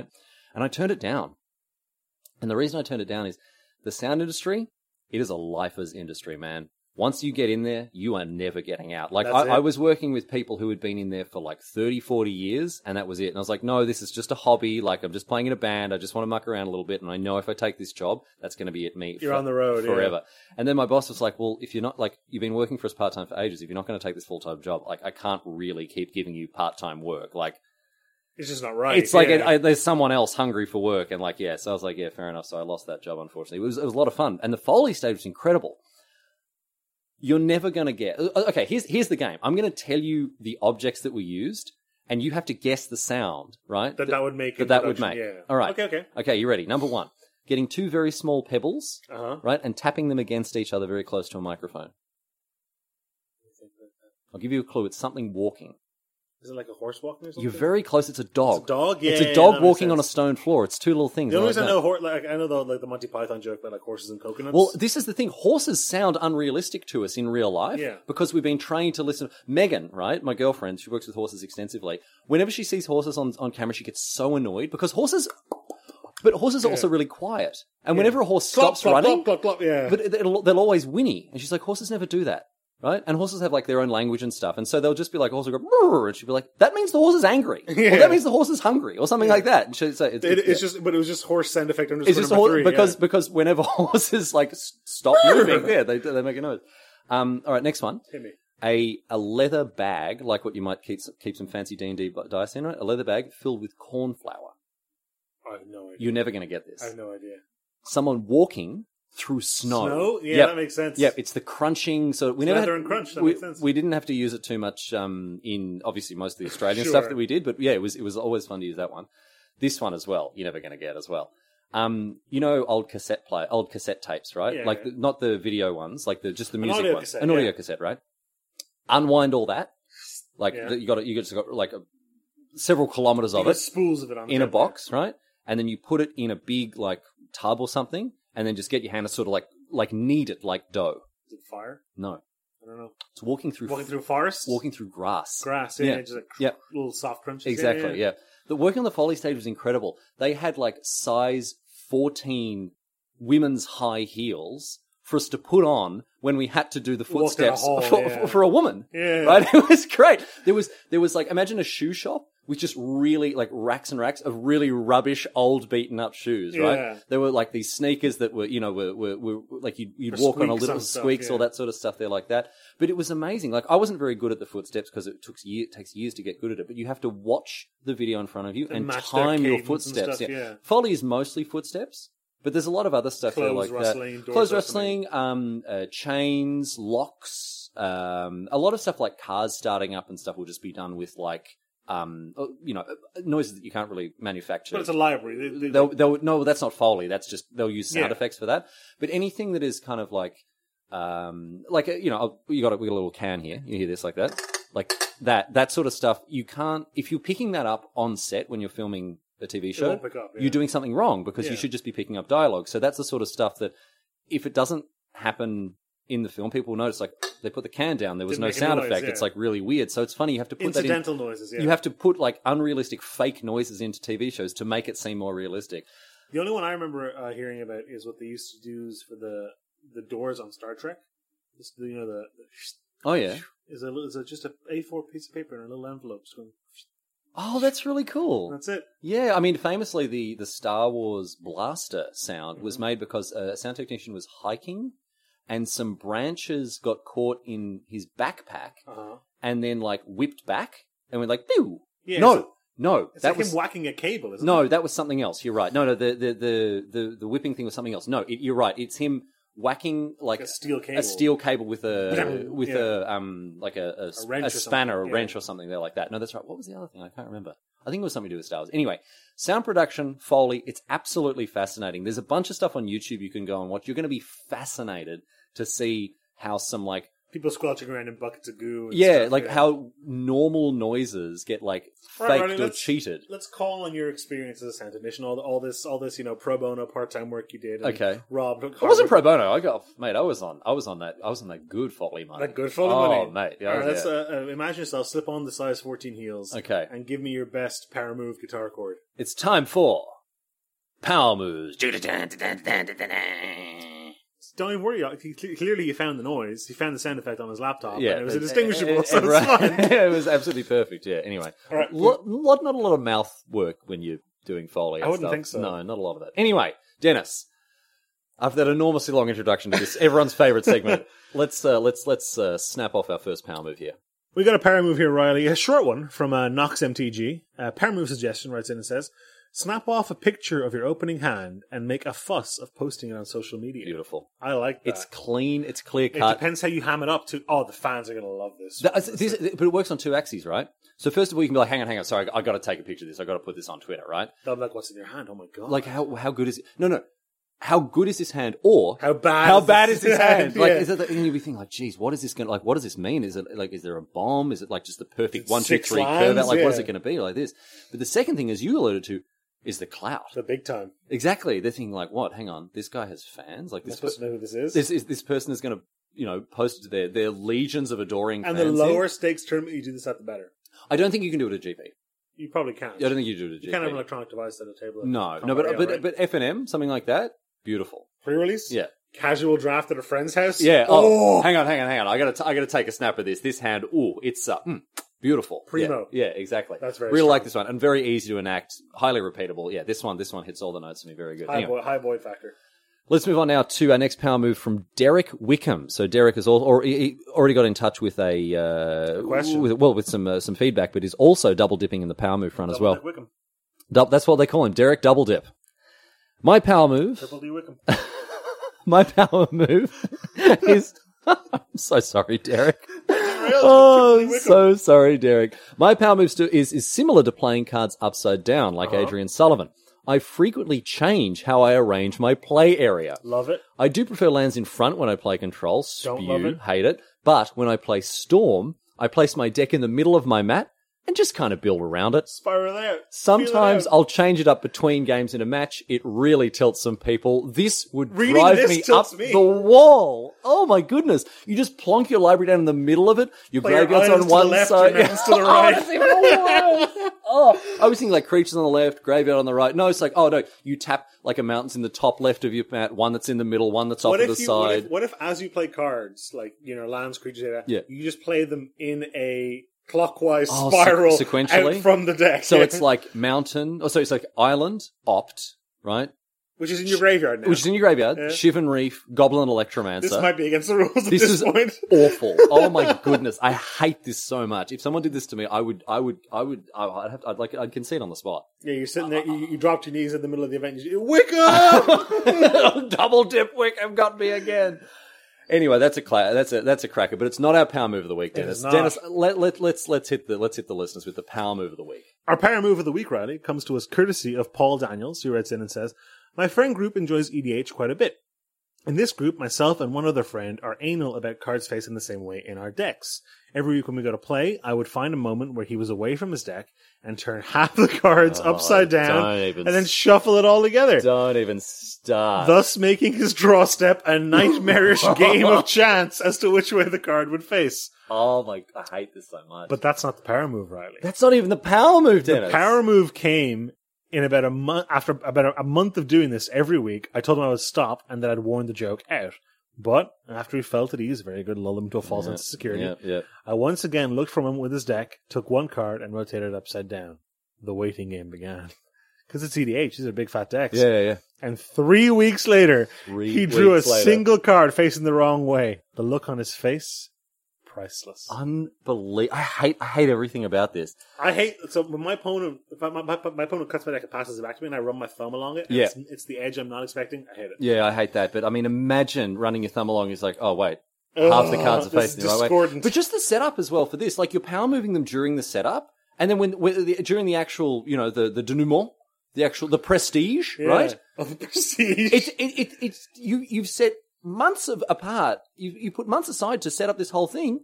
And I turned it down. And the reason I turned it down is the sound industry. It is a lifer's industry, man. Once you get in there, you are never getting out. Like
That's
I,
it.
I was working with people who had been in there for like 30, 40 years, and that was it. And I was like, no, this is just a hobby. Like I'm just playing in a band. I just want to muck around a little bit. And I know if I take this job, that's going to be it me
You're on the road, yeah.
forever. And then my boss was like, "Well, if you're not like you've been working for us part time for ages, if you're not going to take this full time job, like I can't really keep giving you part time work. Like
It's just not right.
it's like
yeah.
it, I, there's someone else hungry for work." And like, yeah, so I was like, "Yeah, fair enough." So I lost that job, unfortunately. It was it was a lot of fun, and the Foley stage was incredible. You're never going to get uh, okay. Here's here's the game. I'm going to tell you the objects that were used, and you have to guess the sound. Right?
that that would make
that
in
that would
production,
make.
Yeah.
All right.
Okay. Okay.
okay, you ready? Number one, getting two very small pebbles
Uh huh.
right, and tapping them against each other very close to a microphone. I'll give you a clue. It's something walking.
Is it like a horse walking or something?
You're very close. It's a dog.
It's a dog. Yeah.
It's a
yeah,
dog
that makes
walking on a
sense.
stone floor. It's two little things.
The only
I
reason I
don't
know, hor- like, I know the like the Monty Python joke about like horses and coconuts.
Well, this is the thing. Horses sound unrealistic to us in real life
Yeah.
because we've been trained to listen. Megan, right, my girlfriend, she works with horses extensively. Whenever she sees horses on, on camera, she gets so annoyed because horses, but horses are also really quiet. And whenever a horse
Clop,
stops
clop,
running,
clop, clop, clop, yeah.
but it- it'll, they'll always whinny. And she's like, horses never do that, right? And horses have like their own language and stuff. And so they'll just be like, horse will go, "Brrr," and she'll be like, that means the horse is angry.
Yeah.
Or that means the horse is hungry or something like that. And she'll say, it's,
it,
yeah.
it's just, but it was just horse sound effect. Under
It's just a horse,
three,
because
yeah.
because whenever horses like s- stop moving, yeah, they they make a noise. Um, all right, next one.
Hit me.
A a leather bag, like what you might keep some, keep some fancy D and D dice in, right? A leather bag filled with corn flour.
I have no idea.
You're never going to get
I
this.
have no idea.
Someone walking through snow.
Yeah,
Yep.
that makes sense.
Yep, it's the crunching. So we
It's
never
leather
had-
and crunch, that
we,
makes sense.
we didn't have to use it too much um, in obviously most of the Australian
Sure.
stuff that we did, but yeah, it was it was always fun to use that one. This one as well. You're never going to get as well. Um, you know, old cassette play, old cassette tapes, right?
Yeah,
like
yeah.
The, not the video ones, like the just the
An
music
audio
ones,
cassette,
an audio
yeah.
cassette, right? Unwind all that. Like
Yeah.
the- you got you just got like a, several kilometers
You
of
got
it
spools of it on
in a
tape.
box, right? And then you put it in a big like tub or something, and then just get your hand and sort of like like knead it like dough.
Is it fire?
No,
I don't know.
it's walking through
Walking through forest,
walking through grass.
grass, yeah,
Yeah.
just like
Yep.
little soft crunches. yeah,
Exactly.
yeah.
Yeah, The work on the Foley stage was incredible. They had like size 14 women's high heels for us to put on when we had to do the
Walk down a
footsteps
hall,
for,
yeah.
for a woman.
Yeah.
Right? It was great. There was there was like imagine a shoe shop with just really like racks and racks of really rubbish old beaten up shoes,
Yeah.
right? There were like these sneakers that were, you know, were, were, were like you'd, you'd
Or
walk on a
squeaks
little
and stuff,
squeaks,
yeah.
all that sort of stuff there like that. But it was amazing. Like I wasn't very good at the footsteps because it took year, takes years to get good at it. But you have to watch the video in front of you and,
match their
time your
cadence and
footsteps.
stuff,
yeah.
yeah.
Foley is mostly footsteps, but there's a lot of other stuff there
Clothes
like
rustling,
that.
doors
Clothes
opening.
rustling, um, uh, chains, locks, um, a lot of stuff like cars starting up and stuff will just be done with like. Um, uh, you know, uh, noises that you can't really manufacture
But it's a library. They- they-
they'll, they'll no, that's not foley. That's just they'll use sound
Yeah.
effects for that. But anything that is kind of like, um, like uh, you know, I'll- you got a, we got a little can here. You hear this like that, like that, that sort of stuff. You can't if you're picking that up on set when you're filming a TV show.
won't pick up, yeah.
You're doing something wrong because
Yeah.
you should just be picking up dialogue. So that's the sort of stuff that if it doesn't happen in the film, people notice like they put the can down. There was
Didn't
no
make a
sound
noise,
effect.
yeah.
It's like really weird. So it's funny you have to put that in.
Incidental noises. Yeah.
You have to put like unrealistic fake noises into TV shows to make it seem more realistic.
the only one I remember uh, hearing about is what they used to do is for the the doors on Star Trek. It's, you know the, the
Oh yeah.
is a is a, just a A4 piece of paper in a little envelope. Just going,
Oh, that's really cool.
that's it.
Yeah, I mean, famously, the, the Star Wars blaster sound was
Mm-hmm.
made because a sound technician was hiking and some branches got caught in his backpack
Uh huh.
and then, like, whipped back and went, like, Boo!
Yeah.
no,
it's-
no,
It's
that
like
was.
him whacking a cable, isn't
no,
it?
that was something else. You're right. No, no, the, the, the, the, the whipping thing was something else. No, it, you're right. It's him whacking, like,
a steel cable.
a steel cable with a with
Yeah.
a um like a a, s-
wrench
a spanner,
or
a
something, yeah.
wrench or something there like that. No, that's right. What was the other thing? I can't remember. I think it was something to do with Star Wars. Anyway, sound production, Foley, it's absolutely fascinating. There's a bunch of stuff on YouTube you can go and watch. You're going to be fascinated to see how some like
People squelching around in buckets of goo. And
yeah,
stuff,
like
yeah.
how normal noises get like
All
faked
right, Ronnie,
or
let's-
cheated.
Let's call on your experience as a sound technician. All, all this, all this, you know, pro bono, part time work you did. and
Okay.
Rob,
I wasn't pro bono. I got mate. I was on. I was on that. I was on that good Foley money.
That good Foley
oh,
money.
mate. Yeah,
All right,
yeah.
let's, uh, uh, imagine yourself slip on the size 14 heels.
Okay.
And give me your best power move guitar chord.
It's time for power moves.
Don't even worry. He, cle- clearly, you found the noise. You found the sound effect on his laptop.
Yeah,
and Oh, it was
but-
indistinguishable.
uh,
so it's
right.
fine.
it was absolutely perfect. Yeah. Anyway,
All right.
Lo- lot- not a lot of mouth work when you're doing foley. and
I wouldn't
stuff.
think so.
No, not a lot of that. Anyway, Dennis, after that enormously long introduction to this everyone's favorite segment, let's uh, let's let's uh, snap off our first power move here.
We got a power move here, Riley. A short one from uh, Knox MTG. Uh, power move suggestion writes in and says, "Snap off a picture of your opening hand and make a fuss of posting it on social media."
Beautiful.
I like that.
It's clean. It's clear
it
cut. uh,
depends how you ham it up. To oh, the fans are going to love this.
That- this- but it works on two axes, right? So first of all, you can be like, "Hang on, hang on, sorry, I got to take a picture of this. I got to put this on Twitter, right?"
They'll be like, "What's in your hand?" Oh my god!
Like, how how good is it? No, no. How good is this hand? Or
how bad?
How bad is his hand? Like,
Yeah.
is it? Like, and you'd be thinking, like, geez, what is this going? to Like, what does this mean? Is it like, is there a bomb? Is it like just the perfect
It's
one, two,
six
three
lines,
curve out? Like, what is
yeah.
it going to be like this? But the second thing, as you alluded to, is the cloud.
the big time.
Exactly. They're thinking, like, what? Hang on, this guy has fans. Like
You're
this,
supposed to
per-
know who this is.
this is this person is going to, you know, post it to their their legions of adoring
and the
fans. here.
lower stakes tournament you do this at, the better.
I don't think you can do it at GP.
You probably can't.
I don't think you do it at
you
GP.
can't have an electronic device at a table.
no, no, but but but F and M, something like that. Beautiful.
pre-release,
Yeah.
casual draft at a friend's house,
Yeah. Oh,
Oh,
hang on, hang on, hang on. I gotta, t- I gotta take a snap of this. This hand. Ooh, it's uh, mm, beautiful.
Primo.
Yeah, yeah, exactly.
That's very
Really
strong.
like this one, and very easy to enact. Highly repeatable. Yeah, this one, this one hits all the notes for me. Very good.
high
Anyway,
boy, high boy factor.
let's move on now to our next power move from Derek Wickham. So Derek has al- or, he- he already got in touch with a, uh,
question.
with, well, with some uh, some feedback, but is also double dipping in the power move front as well.
Double D Wickham.
Dou- that's what they call him, Derek Double Dip. My power move.
Triple D Wickham.
my power move is. I'm so sorry, Derek.
it's
Oh, I'm so sorry, Derek. My power move stu- is is similar to playing cards upside down,
Uh-huh.
like Adrian Sullivan. I frequently change how I arrange my play area.
Love it.
I do prefer lands in front when I play control. Spew,
Don't love it.
hate it. But when I play storm, I place my deck in the middle of my mat and just kind of build around it.
Spiral out.
Sometimes
Feel it out.
I'll change it up between games in a match. It really tilts some people. This would
Reading
drive
this
me
tilts
up
me.
the wall. Oh my goodness. You just plonk your library down in the middle of it. Your
Play your
graveyard's on
islands to the
one
left,
side.
your mountains to the
Oh,
right.
that's even worse. oh, I was thinking like creatures on the left, graveyard on the right. No, it's like, oh no, you tap like a mountain's in the top left of your mat, one that's in the middle, one that's off
What
to
if,
the
you, what,
side.
if, what if as you play cards, like you know, lands, creatures, etc.,
Yeah.
you just play them in a clockwise
Oh, se-
spiral
sequentially?
out from the deck?
So
Yeah.
it's like mountain, or so it's like island, opt, right?
which is in your graveyard now.
Which is in your graveyard,
Yeah.
Shivan Reef, Goblin Electromancer.
this might be against the rules at
This
this,
is-
point.
awful. Oh my goodness, I hate this so much. If someone did this to me, I would, I would, I would, I- I'd have, I'd like, I'd concede on the spot.
Yeah, you're sitting there. You, you dropped your knees in the middle of the event. You, Wickham.
Double dip wick have got me again. Anyway, that's a cla- that's a that's a cracker, but it's not our power move of the week, Dennis.
is not.
Dennis, let, let let's let's hit the let's hit the listeners with the power move of the week.
Our power move of the week, Riley, comes to us courtesy of Paul Daniels, who writes in and says, My friend group enjoys EDH quite a bit. In this group, myself and one other friend are anal about cards facing the same way in our decks. Every week when we go to play, I would find a moment where he was away from his deck and turn half the cards
Oh,
upside down
Don't even,
and then shuffle it all together,
don't even start.
thus making his draw step a nightmarish game of chance as to which way the card would face.
oh my, I hate this so much.
But that's not the power move, Riley.
that's not even the power move, Dennis.
The power move came in about a month after about a, a month of doing this every week. I told him I would stop and that I'd worn the joke out. But after he felt at ease, very good, lulled him to a false
Yeah,
sense of security.
Yeah, yeah.
I once again looked for him with his deck, took one card, and rotated it upside down. The waiting game began. Because it's EDH, these are big fat decks.
Yeah, yeah, yeah.
And three weeks later,
Three
he drew a
weeks later.
single card facing the wrong way. The look on his face, priceless.
Unbelievable. I hate, I hate everything about this.
I hate so when my opponent if my, my, my, my opponent cuts my deck and passes it back to me, and I run my thumb along it. and
Yeah.
it's, it's the edge I'm not expecting. I hate it.
Yeah, I hate that. But I mean, imagine running your thumb along is like, oh wait, half the cards are
Ugh, Oh, this
facing
is
the right way.
discordant.
But just the setup as well for this, like you're power moving them during the setup, and then when, when the, during the actual, you know, the the denouement, the actual the prestige,
Yeah.
right?
Of the prestige.
It's it, it it's you you've set months of apart. You you put months aside to set up this whole thing,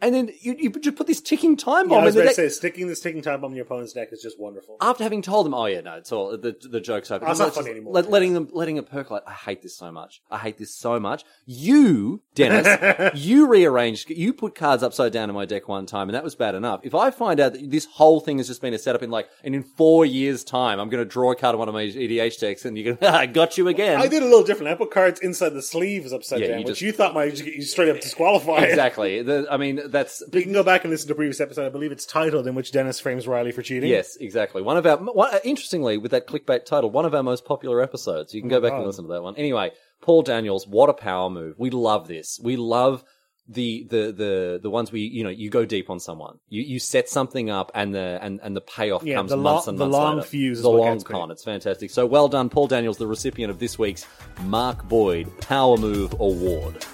and then you you just put this ticking time
yeah,
bomb
I
in
was
the
about to
deck
say sticking this ticking time bomb in your opponent's deck is just wonderful.
after having told them, oh yeah, no, it's all the the joke's over.
Oh, it's not
Let's
funny
just
anymore.
let- letting them letting it percolate. I hate this so much. I hate this so much. You, Dennis, you rearranged. You put cards upside down in my deck one time, and that was bad enough. If I find out that this whole thing has just been a setup in like, and in four years' time, I'm going to draw a card on one of my EDH decks, and you go, I got you again.
I did a little different. I put cards inside the sleeves upside
Yeah,
down,
you
which
just-
you thought might you straight up disqualify.
exactly. The- I mean, that's
You can go back and listen to the previous episode. I believe it's titled in which Dennis frames Riley for cheating.
Yes, exactly. One of our one, uh, interestingly, with that clickbait title, one of our most popular episodes. You can go back and
God.
listen to that one. Anyway, Paul Daniels, what a power move! We love this. We love the the the the ones we you know you go deep on someone. You you set something up and the and and the payoff
Yeah,
comes
the lo-
months and
the
months
long
later.
fuse is
the
what
long
gets me.
con. It's fantastic. So well done, Paul Daniels, the recipient of this week's Mark Boyd Power Move Award.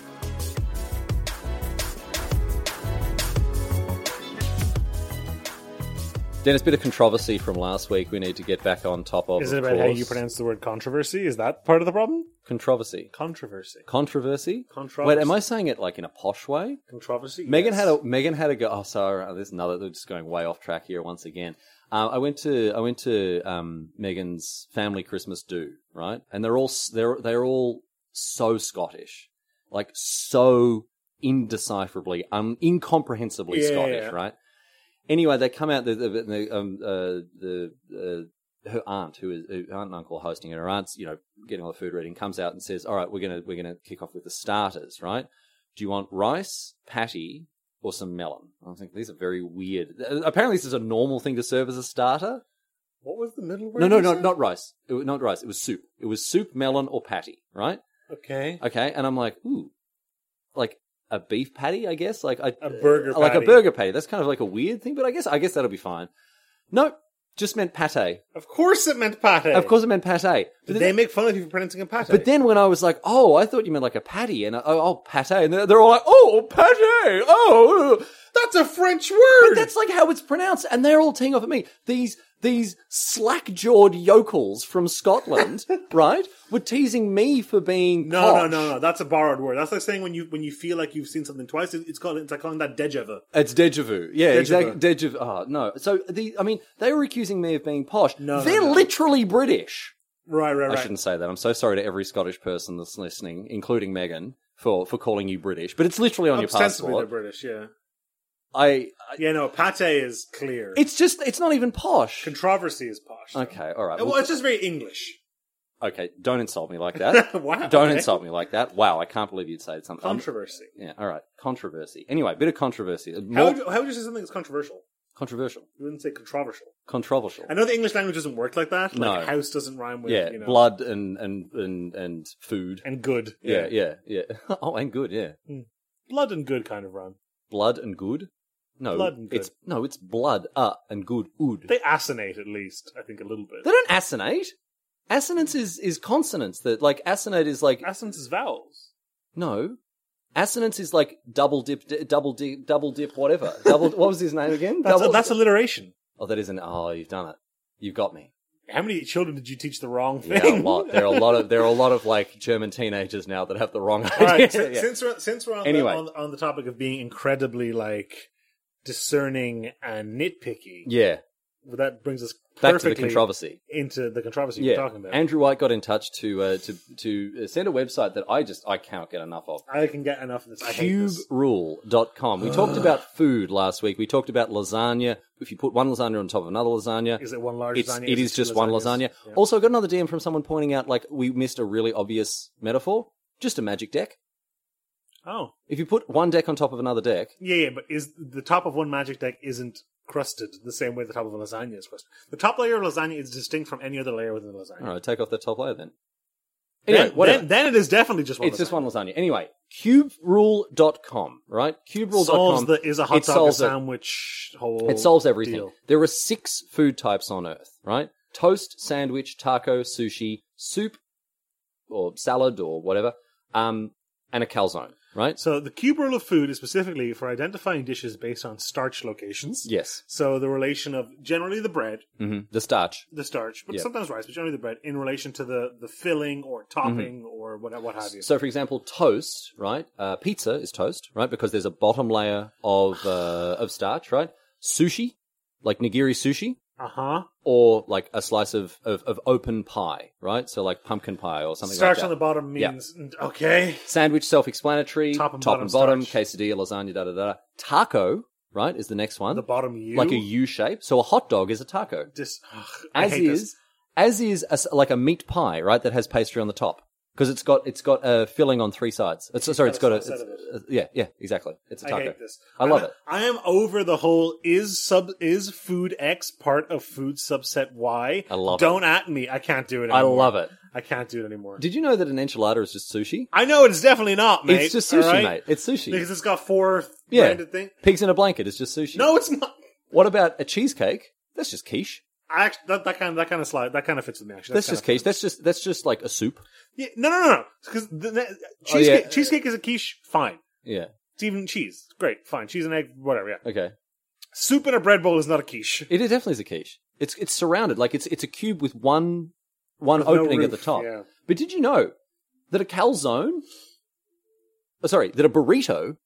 Dennis, bit of controversy from last week. We need to get back on top of.
Is
of
it about how
course.
you pronounce the word controversy? Is that part of the problem?
controversy?
Controversy.
Controversy.
Controversy.
Wait, am I saying it like in a posh way?
Controversy.
Megan
Yes.
had a Megan had a go. Oh, sorry, oh, there's another. They're just going way off track here once again. Um, I went to I went to um, Megan's family Christmas do right, and they're all s- they're they're all so Scottish, like so indecipherably, um, incomprehensibly
Yeah, yeah,
Scottish,
yeah.
right? Anyway, they come out. The the, the, um, uh, the uh, her aunt, who is her aunt and uncle are hosting, and her aunt's you know getting all the food ready, and comes out and says, "All right, we're gonna we're gonna kick off with the starters, right? Do you want rice, patty, or some melon?" I think these are very weird. Uh, Apparently, this is a normal thing to serve as a starter.
What was the middle word?
No, no,
you
no,
said?
not rice. It was not rice. It was soup. It was soup, melon, or patty, right?
Okay.
Okay, and I'm like, ooh, like a beef patty, I guess, like I,
A burger
like
patty.
a burger patty. That's kind of like a weird thing, but I guess I guess that'll be fine. Nope, just meant pate.
Of course it meant pate.
Of course, it meant pate. But
Did
then-
they make fun of you for pronouncing it pate?
but then when I was like, oh, I thought you meant like a patty, and I, oh, oh, pate, and they're, they're all like, oh, pate, oh,
that's a French
but
word.
that's like how it's pronounced, and they're all teeing off at me. These these slack jawed yokels from Scotland, right, were teasing me for being
no, no,
posh.
no, no. That's a borrowed word. That's like saying when you when you feel like you've seen something twice. It's called it's like calling that deja vu.
It's deja vu. Yeah,
Deja vu.
exactly. Deja vu. Oh, no. So, the, I mean, they were accusing me of being posh.
No,
They're
no, no.
literally British.
Right, right, right.
I shouldn't say that. I'm so sorry to every Scottish person that's listening, including Megan, for, for calling you British. But it's literally on your
Ostensibly they're
passport.
British. Yeah,
I, I.
yeah. No, pate is clear.
It's just, it's not even posh.
Controversy is posh. though.
Okay, all right.
Well,
Well,
it's just very English.
okay, don't insult me like that.
wow.
Don't
okay.
insult me like that. Wow, I can't believe you'd say something. I'm-
Controversy.
yeah, all right. Controversy. Anyway, bit of controversy.
How
More
would, you, how would you say something that's controversial?
controversial.
You wouldn't say controversial.
Controversial.
I know the English language doesn't work like that. Like
No.
house doesn't rhyme with
Yeah,
you know,
blood and, and, and, and food.
and good.
Yeah, yeah, yeah. oh, and good, yeah.
blood and good kind of rhyme.
Blood and good? No.
Blood and good.
It's no, it's blood uh and good ood. They,
They assonate at least, I think, a little bit.
don't assonate. Assonance is is consonants that like assonate is like
Assonance is vowels.
no. Assonance is like double dip di- double dip double dip whatever. Double what was his name again?
That's,
double,
that's alliteration.
Oh, that isn't Oh, you've done it. You've got me.
How many children did you teach the wrong thing?
Yeah, a lot. There are a lot of there are a lot of like German teenagers now that have the wrong idea.
All right. si-
Yeah.
Since we're since we're on,
Anyway.
the, on, on the topic of being incredibly like discerning and nitpicky,
yeah.
well, that brings us
Back to
perfectly
the controversy.
into the controversy
Yeah,
you're talking about.
Andrew White got in touch to uh, to to uh, send a website that I just I cannot get enough of.
I can get enough of this. I hate this.
Cuberule.com. We talked about food last week. We talked about lasagna. If you put one lasagna on top of another lasagna,
Is it one large
it's,
lasagna?
it is
two
just one
lasagnas?
lasagna.
Yeah.
Also, I got another DM from someone pointing out like we missed a really obvious metaphor. Just a magic deck.
Oh,
If you put one deck on top of another deck,
yeah, yeah. But is the top of one magic deck isn't crusted the same way the top of a lasagna is crusted? The top layer of lasagna is distinct from any other layer within the lasagna.
all right, take off that top layer then.
Then,
Anyway, whatever.
then, then it is definitely just one.
it's just
lasagna.
one lasagna. Anyway, cuberule.com, right? Cuberule.com.
solves the is a hot
it
dog a
solves it.
sandwich whole.
It solves everything.
deal.
There are six food types on Earth, right? Toast, sandwich, taco, sushi, soup, or salad, or whatever, um, and a calzone, right?
So the cube rule of food is specifically for identifying dishes based on starch locations.
Yes.
So the relation of generally the bread,
hmm The starch.
the starch, but
Yeah.
sometimes rice, but generally the bread in relation to the the filling or topping or what what have you.
Mm-hmm. So, for example, toast, right? Uh, pizza is toast, right? Because there's a bottom layer of uh, of starch, right? Sushi, like nigiri sushi,
Uh huh.
or like a slice of, of, of open pie, right? So, like pumpkin pie or something like
Starch
that.
on the bottom
Yeah.
means okay.
Sandwich, self-explanatory.
Top and bottom
quesadilla, lasagna, da da da. Taco, right, is the next one,
The bottom U
like a U shape. So a hot dog is a taco,
Dis- ugh, I
as
hate
is,
this.
as is a s like a meat pie, right, that has pastry on the top because it's got it's got a filling on three sides. It's, sorry,
got
it's
a
got a,
slice out
it's- uh, yeah, yeah, exactly. It's a
I
taco.
hate this.
I love
I'm-
it.
I am over the whole is sub is food X part of food subset Y.
I love it.
Don't at me. I can't do it.
I
Anymore.
love it.
I can't do it anymore.
Did you know that an enchilada is just sushi?
I know it's definitely not, mate.
it's just
all
sushi,
right?
mate. It's sushi.
Because it's got four
Yeah.
branded thing.
Pigs in a blanket is just sushi.
No, it's not.
What about a cheesecake? That's just quiche.
I actually, that, that kind of that kind of slide that kind of fits with me actually.
That's,
That's
just quiche. That's just that's just like a soup.
kind of- yeah, no, no, no, no. Because cheesecake,
Oh, yeah.
cheesecake is a quiche. Fine,
Yeah.
it's even cheese. Great, fine. Cheese and egg, whatever. Yeah,
Okay.
soup in a bread bowl is not a quiche.
It is definitely is a quiche. It's it's surrounded like it's it's a cube with one one
no
opening at the
roof,
top.
yeah.
But did you know that a calzone? Oh, sorry, that a burrito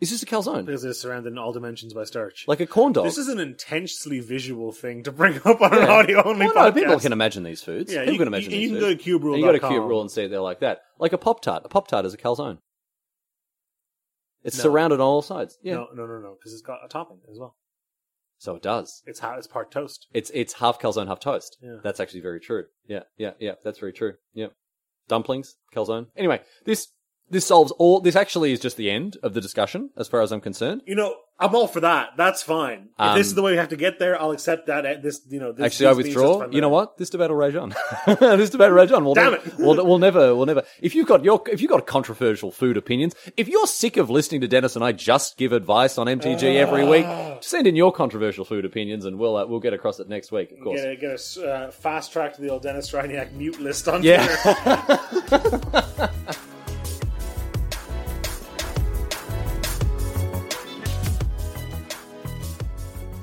is just a calzone,
Because it's surrounded in all dimensions by starch.
like a corn dog.
This is an intensely visual thing to bring up on an
Yeah.
audio only
Well, no,
podcast.
people can imagine these foods.
yeah,
people
you,
can imagine
you,
these
you can
foods.
go to cube
and you got a cube rule and see it there like that, like a pop tart. A pop tart is a calzone. It's
No.
surrounded on all sides. Yeah,
No, no, no, no, because it's got a topping as well.
so it does.
It's ha- it's part toast.
It's it's half calzone, half toast.
Yeah.
That's actually very true. Yeah, yeah, yeah. That's very true. Yeah, dumplings, calzone. Anyway, this this solves all. This actually is just the end of the discussion, as far as I'm concerned.
You know, I'm all for that. That's fine. if
Um,
this is the way we have to get there, I'll accept that. At this, you know, this,
Actually, I
this means that's
withdraw.
fine
You know
there.
what? This debate will rage on. this debate will rage on. We'll
Damn
never,
it.
we'll, we'll never. We'll never. If you've got your, if you've got controversial food opinions, if you're sick of listening to Dennis and I just give advice on MTG every week,
Ah.
send in your controversial food opinions, and we'll uh, we'll get across it next week, of course.
Get a, get a uh, fast track to the old Dennis Raniak mute list on Twitter.
Yeah.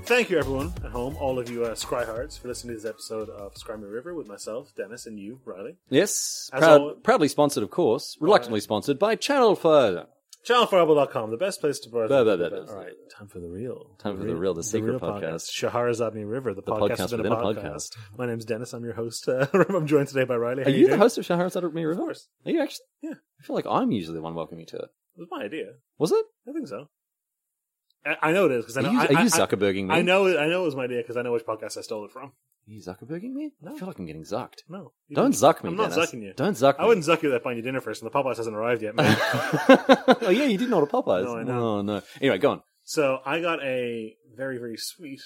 Thank you, everyone at home, all of you uh, Scryhards, for listening to this episode of Scry Me River with myself, Dennis, and you, Riley.
Yes,
As
proud,
always-
proudly sponsored, of course, reluctantly sponsored by Channel Four.
Channelforever.com, the best place to browse.
Blah, blah, blah, blah.
All right, time for the real.
Time for the real, the secret podcast.
Shaharazadni River, the, podcast,
podcast
has been a
within a
podcast. My name's Dennis. I'm your host. Uh, I'm joined today by Riley. How
Are you the
doing?
host of Shaharazad Me River?
Of course.
Are you actually?
Yeah.
I feel like I'm usually the one welcoming to it.
It was my idea.
Was it?
I think so. I, I know it is because I
Are
know.
you,
I,
are you
I-
Zuckerberging me?
I, I know. I know it was my idea because I know which podcast I stole it from.
Are you Zuckerberging me?
No.
I feel like I'm getting zucked.
No, you
Don't
didn't.
zuck me,
I'm not
Dennis.
zucking you.
Don't zuck me.
I wouldn't zuck you that buying you dinner first, and the Popeyes hasn't arrived yet. Man.
oh yeah, you didn't order Popeyes.
No, I know.
Oh no. Anyway, go on.
so I got a very very sweet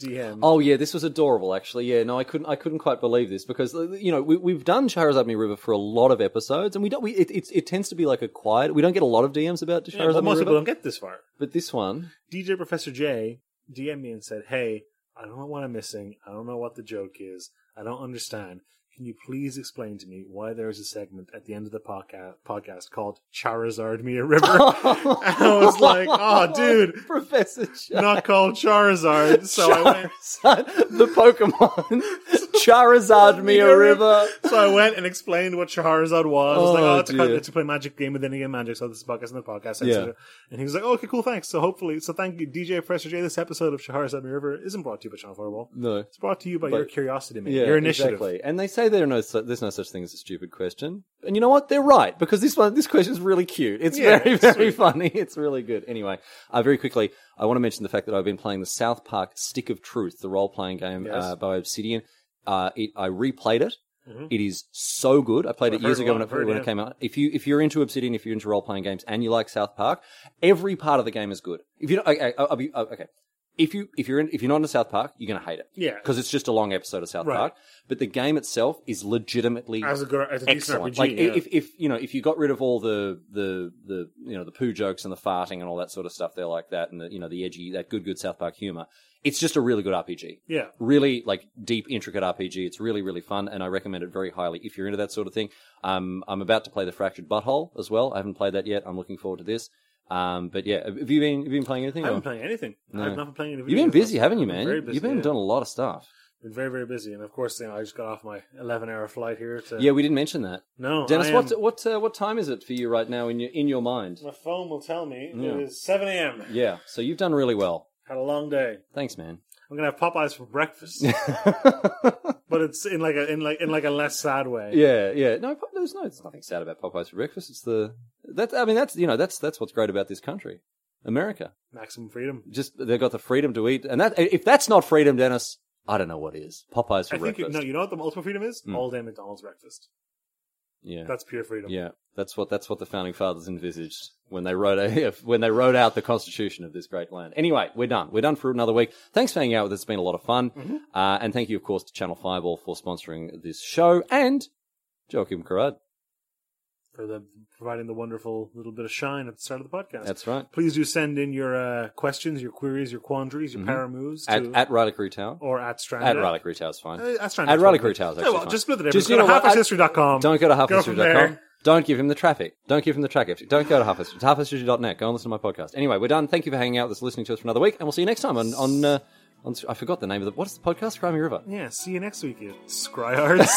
DM.
Oh yeah, this was adorable. Actually, yeah. No, I couldn't. I couldn't quite believe this because uh, you know we, we've done Charizard Me River for a lot of episodes, and we don't. We it, it, it tends to be like a quiet. We don't get a lot of DMs about
Yeah, well,
Charizard Me
most people
River,
don't get this far.
but this one.
DJ Professor J DM'd me and said, "Hey, I don't know what I'm missing. I don't know what the joke is. I don't understand. Can you please explain to me why there is a segment at the end of the podcast podcast called Charizard Me a
Oh,
River?" I was like, "Oh, dude,
Professor Char-
not called Charizard." So I went.
Charizard, the Pokemon Charizard me a river.
So I went and explained what Charizard was. I was like,
Oh,
oh, it's a,
dear.
con- it's a play magic game within a game magic. So this is podcast and the podcast.
Yeah.
etc. And he was like, oh, okay, cool, thanks. So hopefully, so thank you, DJ Professor J. This episode of Charizard Me River isn't brought to you by Sean Fireball.
No.
It's brought to you by
But-
your curiosity, man. your initiative.
Exactly. And they say there are no su- there's no such thing as a stupid question. And you know what? They're right because this one this question is really cute. It's
Yeah,
very
it's
very
sweet.
funny. It's really good. Anyway, uh, very quickly, I want to mention the fact that I've been playing the South Park Stick of Truth, the role playing game
Yes.
uh, by Obsidian. Uh, it, I replayed it.
Mhm.
It is so good. I played
I've
it years
heard
ago
a lot,
when, it,
I've heard,
when
yeah.
it came out. If you if you're into Obsidian, if you're into role playing games, and you like South Park, every part of the game is good. If you don't, okay, I'll be, uh, okay. If you if you're in, if you're not into South Park, you're gonna hate it
Yeah.
because it's just a long episode of South
Right.
Park. But the game itself is legitimately
As a good, as a decent
excellent.
RPG.
Like
yeah.
if if you know if you got rid of all the the the you know the poo jokes and the farting and all that sort of stuff, they're like that, and the, you know the edgy that good good South Park humor. It's just a really good RPG.
yeah.
Really like deep, intricate RPG. It's really, really fun, and I recommend it very highly if you're into that sort of thing. Um, I'm about to play the Fractured Butthole as well. I haven't played that yet. I'm looking forward to this. Um, but yeah, have you been have you been playing anything?
I
or-
haven't been playing anything.
No.
I've not been playing any
You've been
video games.
busy, haven't you,
I've been
man?
very busy,
You've been
yeah.
doing a lot of stuff.
Been very, very busy. And of course, you know, I just got off my 11 hour flight here to.
Yeah, we didn't mention that.
No.
Dennis,
I am-
what what uh, what time is it for you right now in your in your mind?
My phone will tell me
Yeah.
it is 7 a.m.
Yeah, so you've done really well.
Had a long day.
Thanks, man.
I'm gonna have Popeyes for breakfast, but it's in like a in like in like a less sad way.
yeah, yeah. No, Pop- there's no. It's nothing sad about Popeyes for breakfast. It's the that. I mean, that's you know that's that's what's great about this country, America.
Maximum freedom.
Just they've got the freedom to eat, and that if that's not freedom, Dennis, I don't know what is. Popeyes for
I think you,
breakfast.
no, you know what the ultimate freedom is?
Mm.
All day McDonald's breakfast.
yeah,
That's pure freedom.
yeah. That's what that's what the founding fathers envisaged when they wrote a, when they wrote out the constitution of this great land. Anyway, we're done. We're done for another week. Thanks for hanging out with us. It's been a lot of fun.
Mhm.
Uh, and thank you, of course, to Channel Fireball for sponsoring this show and Joachim Karad.
For the providing the wonderful little bit of shine at the start of the podcast.
That's right.
Please do send in your uh, questions, your queries, your quandaries, your
Mhm.
power moves
At,
to,
at Ryder Crew Tower.
or at Stranded.
At Ryder Crew Tower's fine.
Uh, at Stranded.
At Ryder Crew Tower's actually
well,
fine.
just split it up.
Just,
Just,
you
go to
know what, I-
halfhistory.com.
Don't go to
Um, Go
halfhistory.com.
from there.
Don't give him the traffic. Don't give him the traffic. Don't go to halfhistory. It's halfhistory.net. Go and listen to my podcast. Anyway, we're done. Thank you for hanging out with us, listening to us for another week, and we'll see you next time on on. Uh, on I forgot the name of the. What is the podcast? Crimey River.
Yeah. See you next week, you scryards.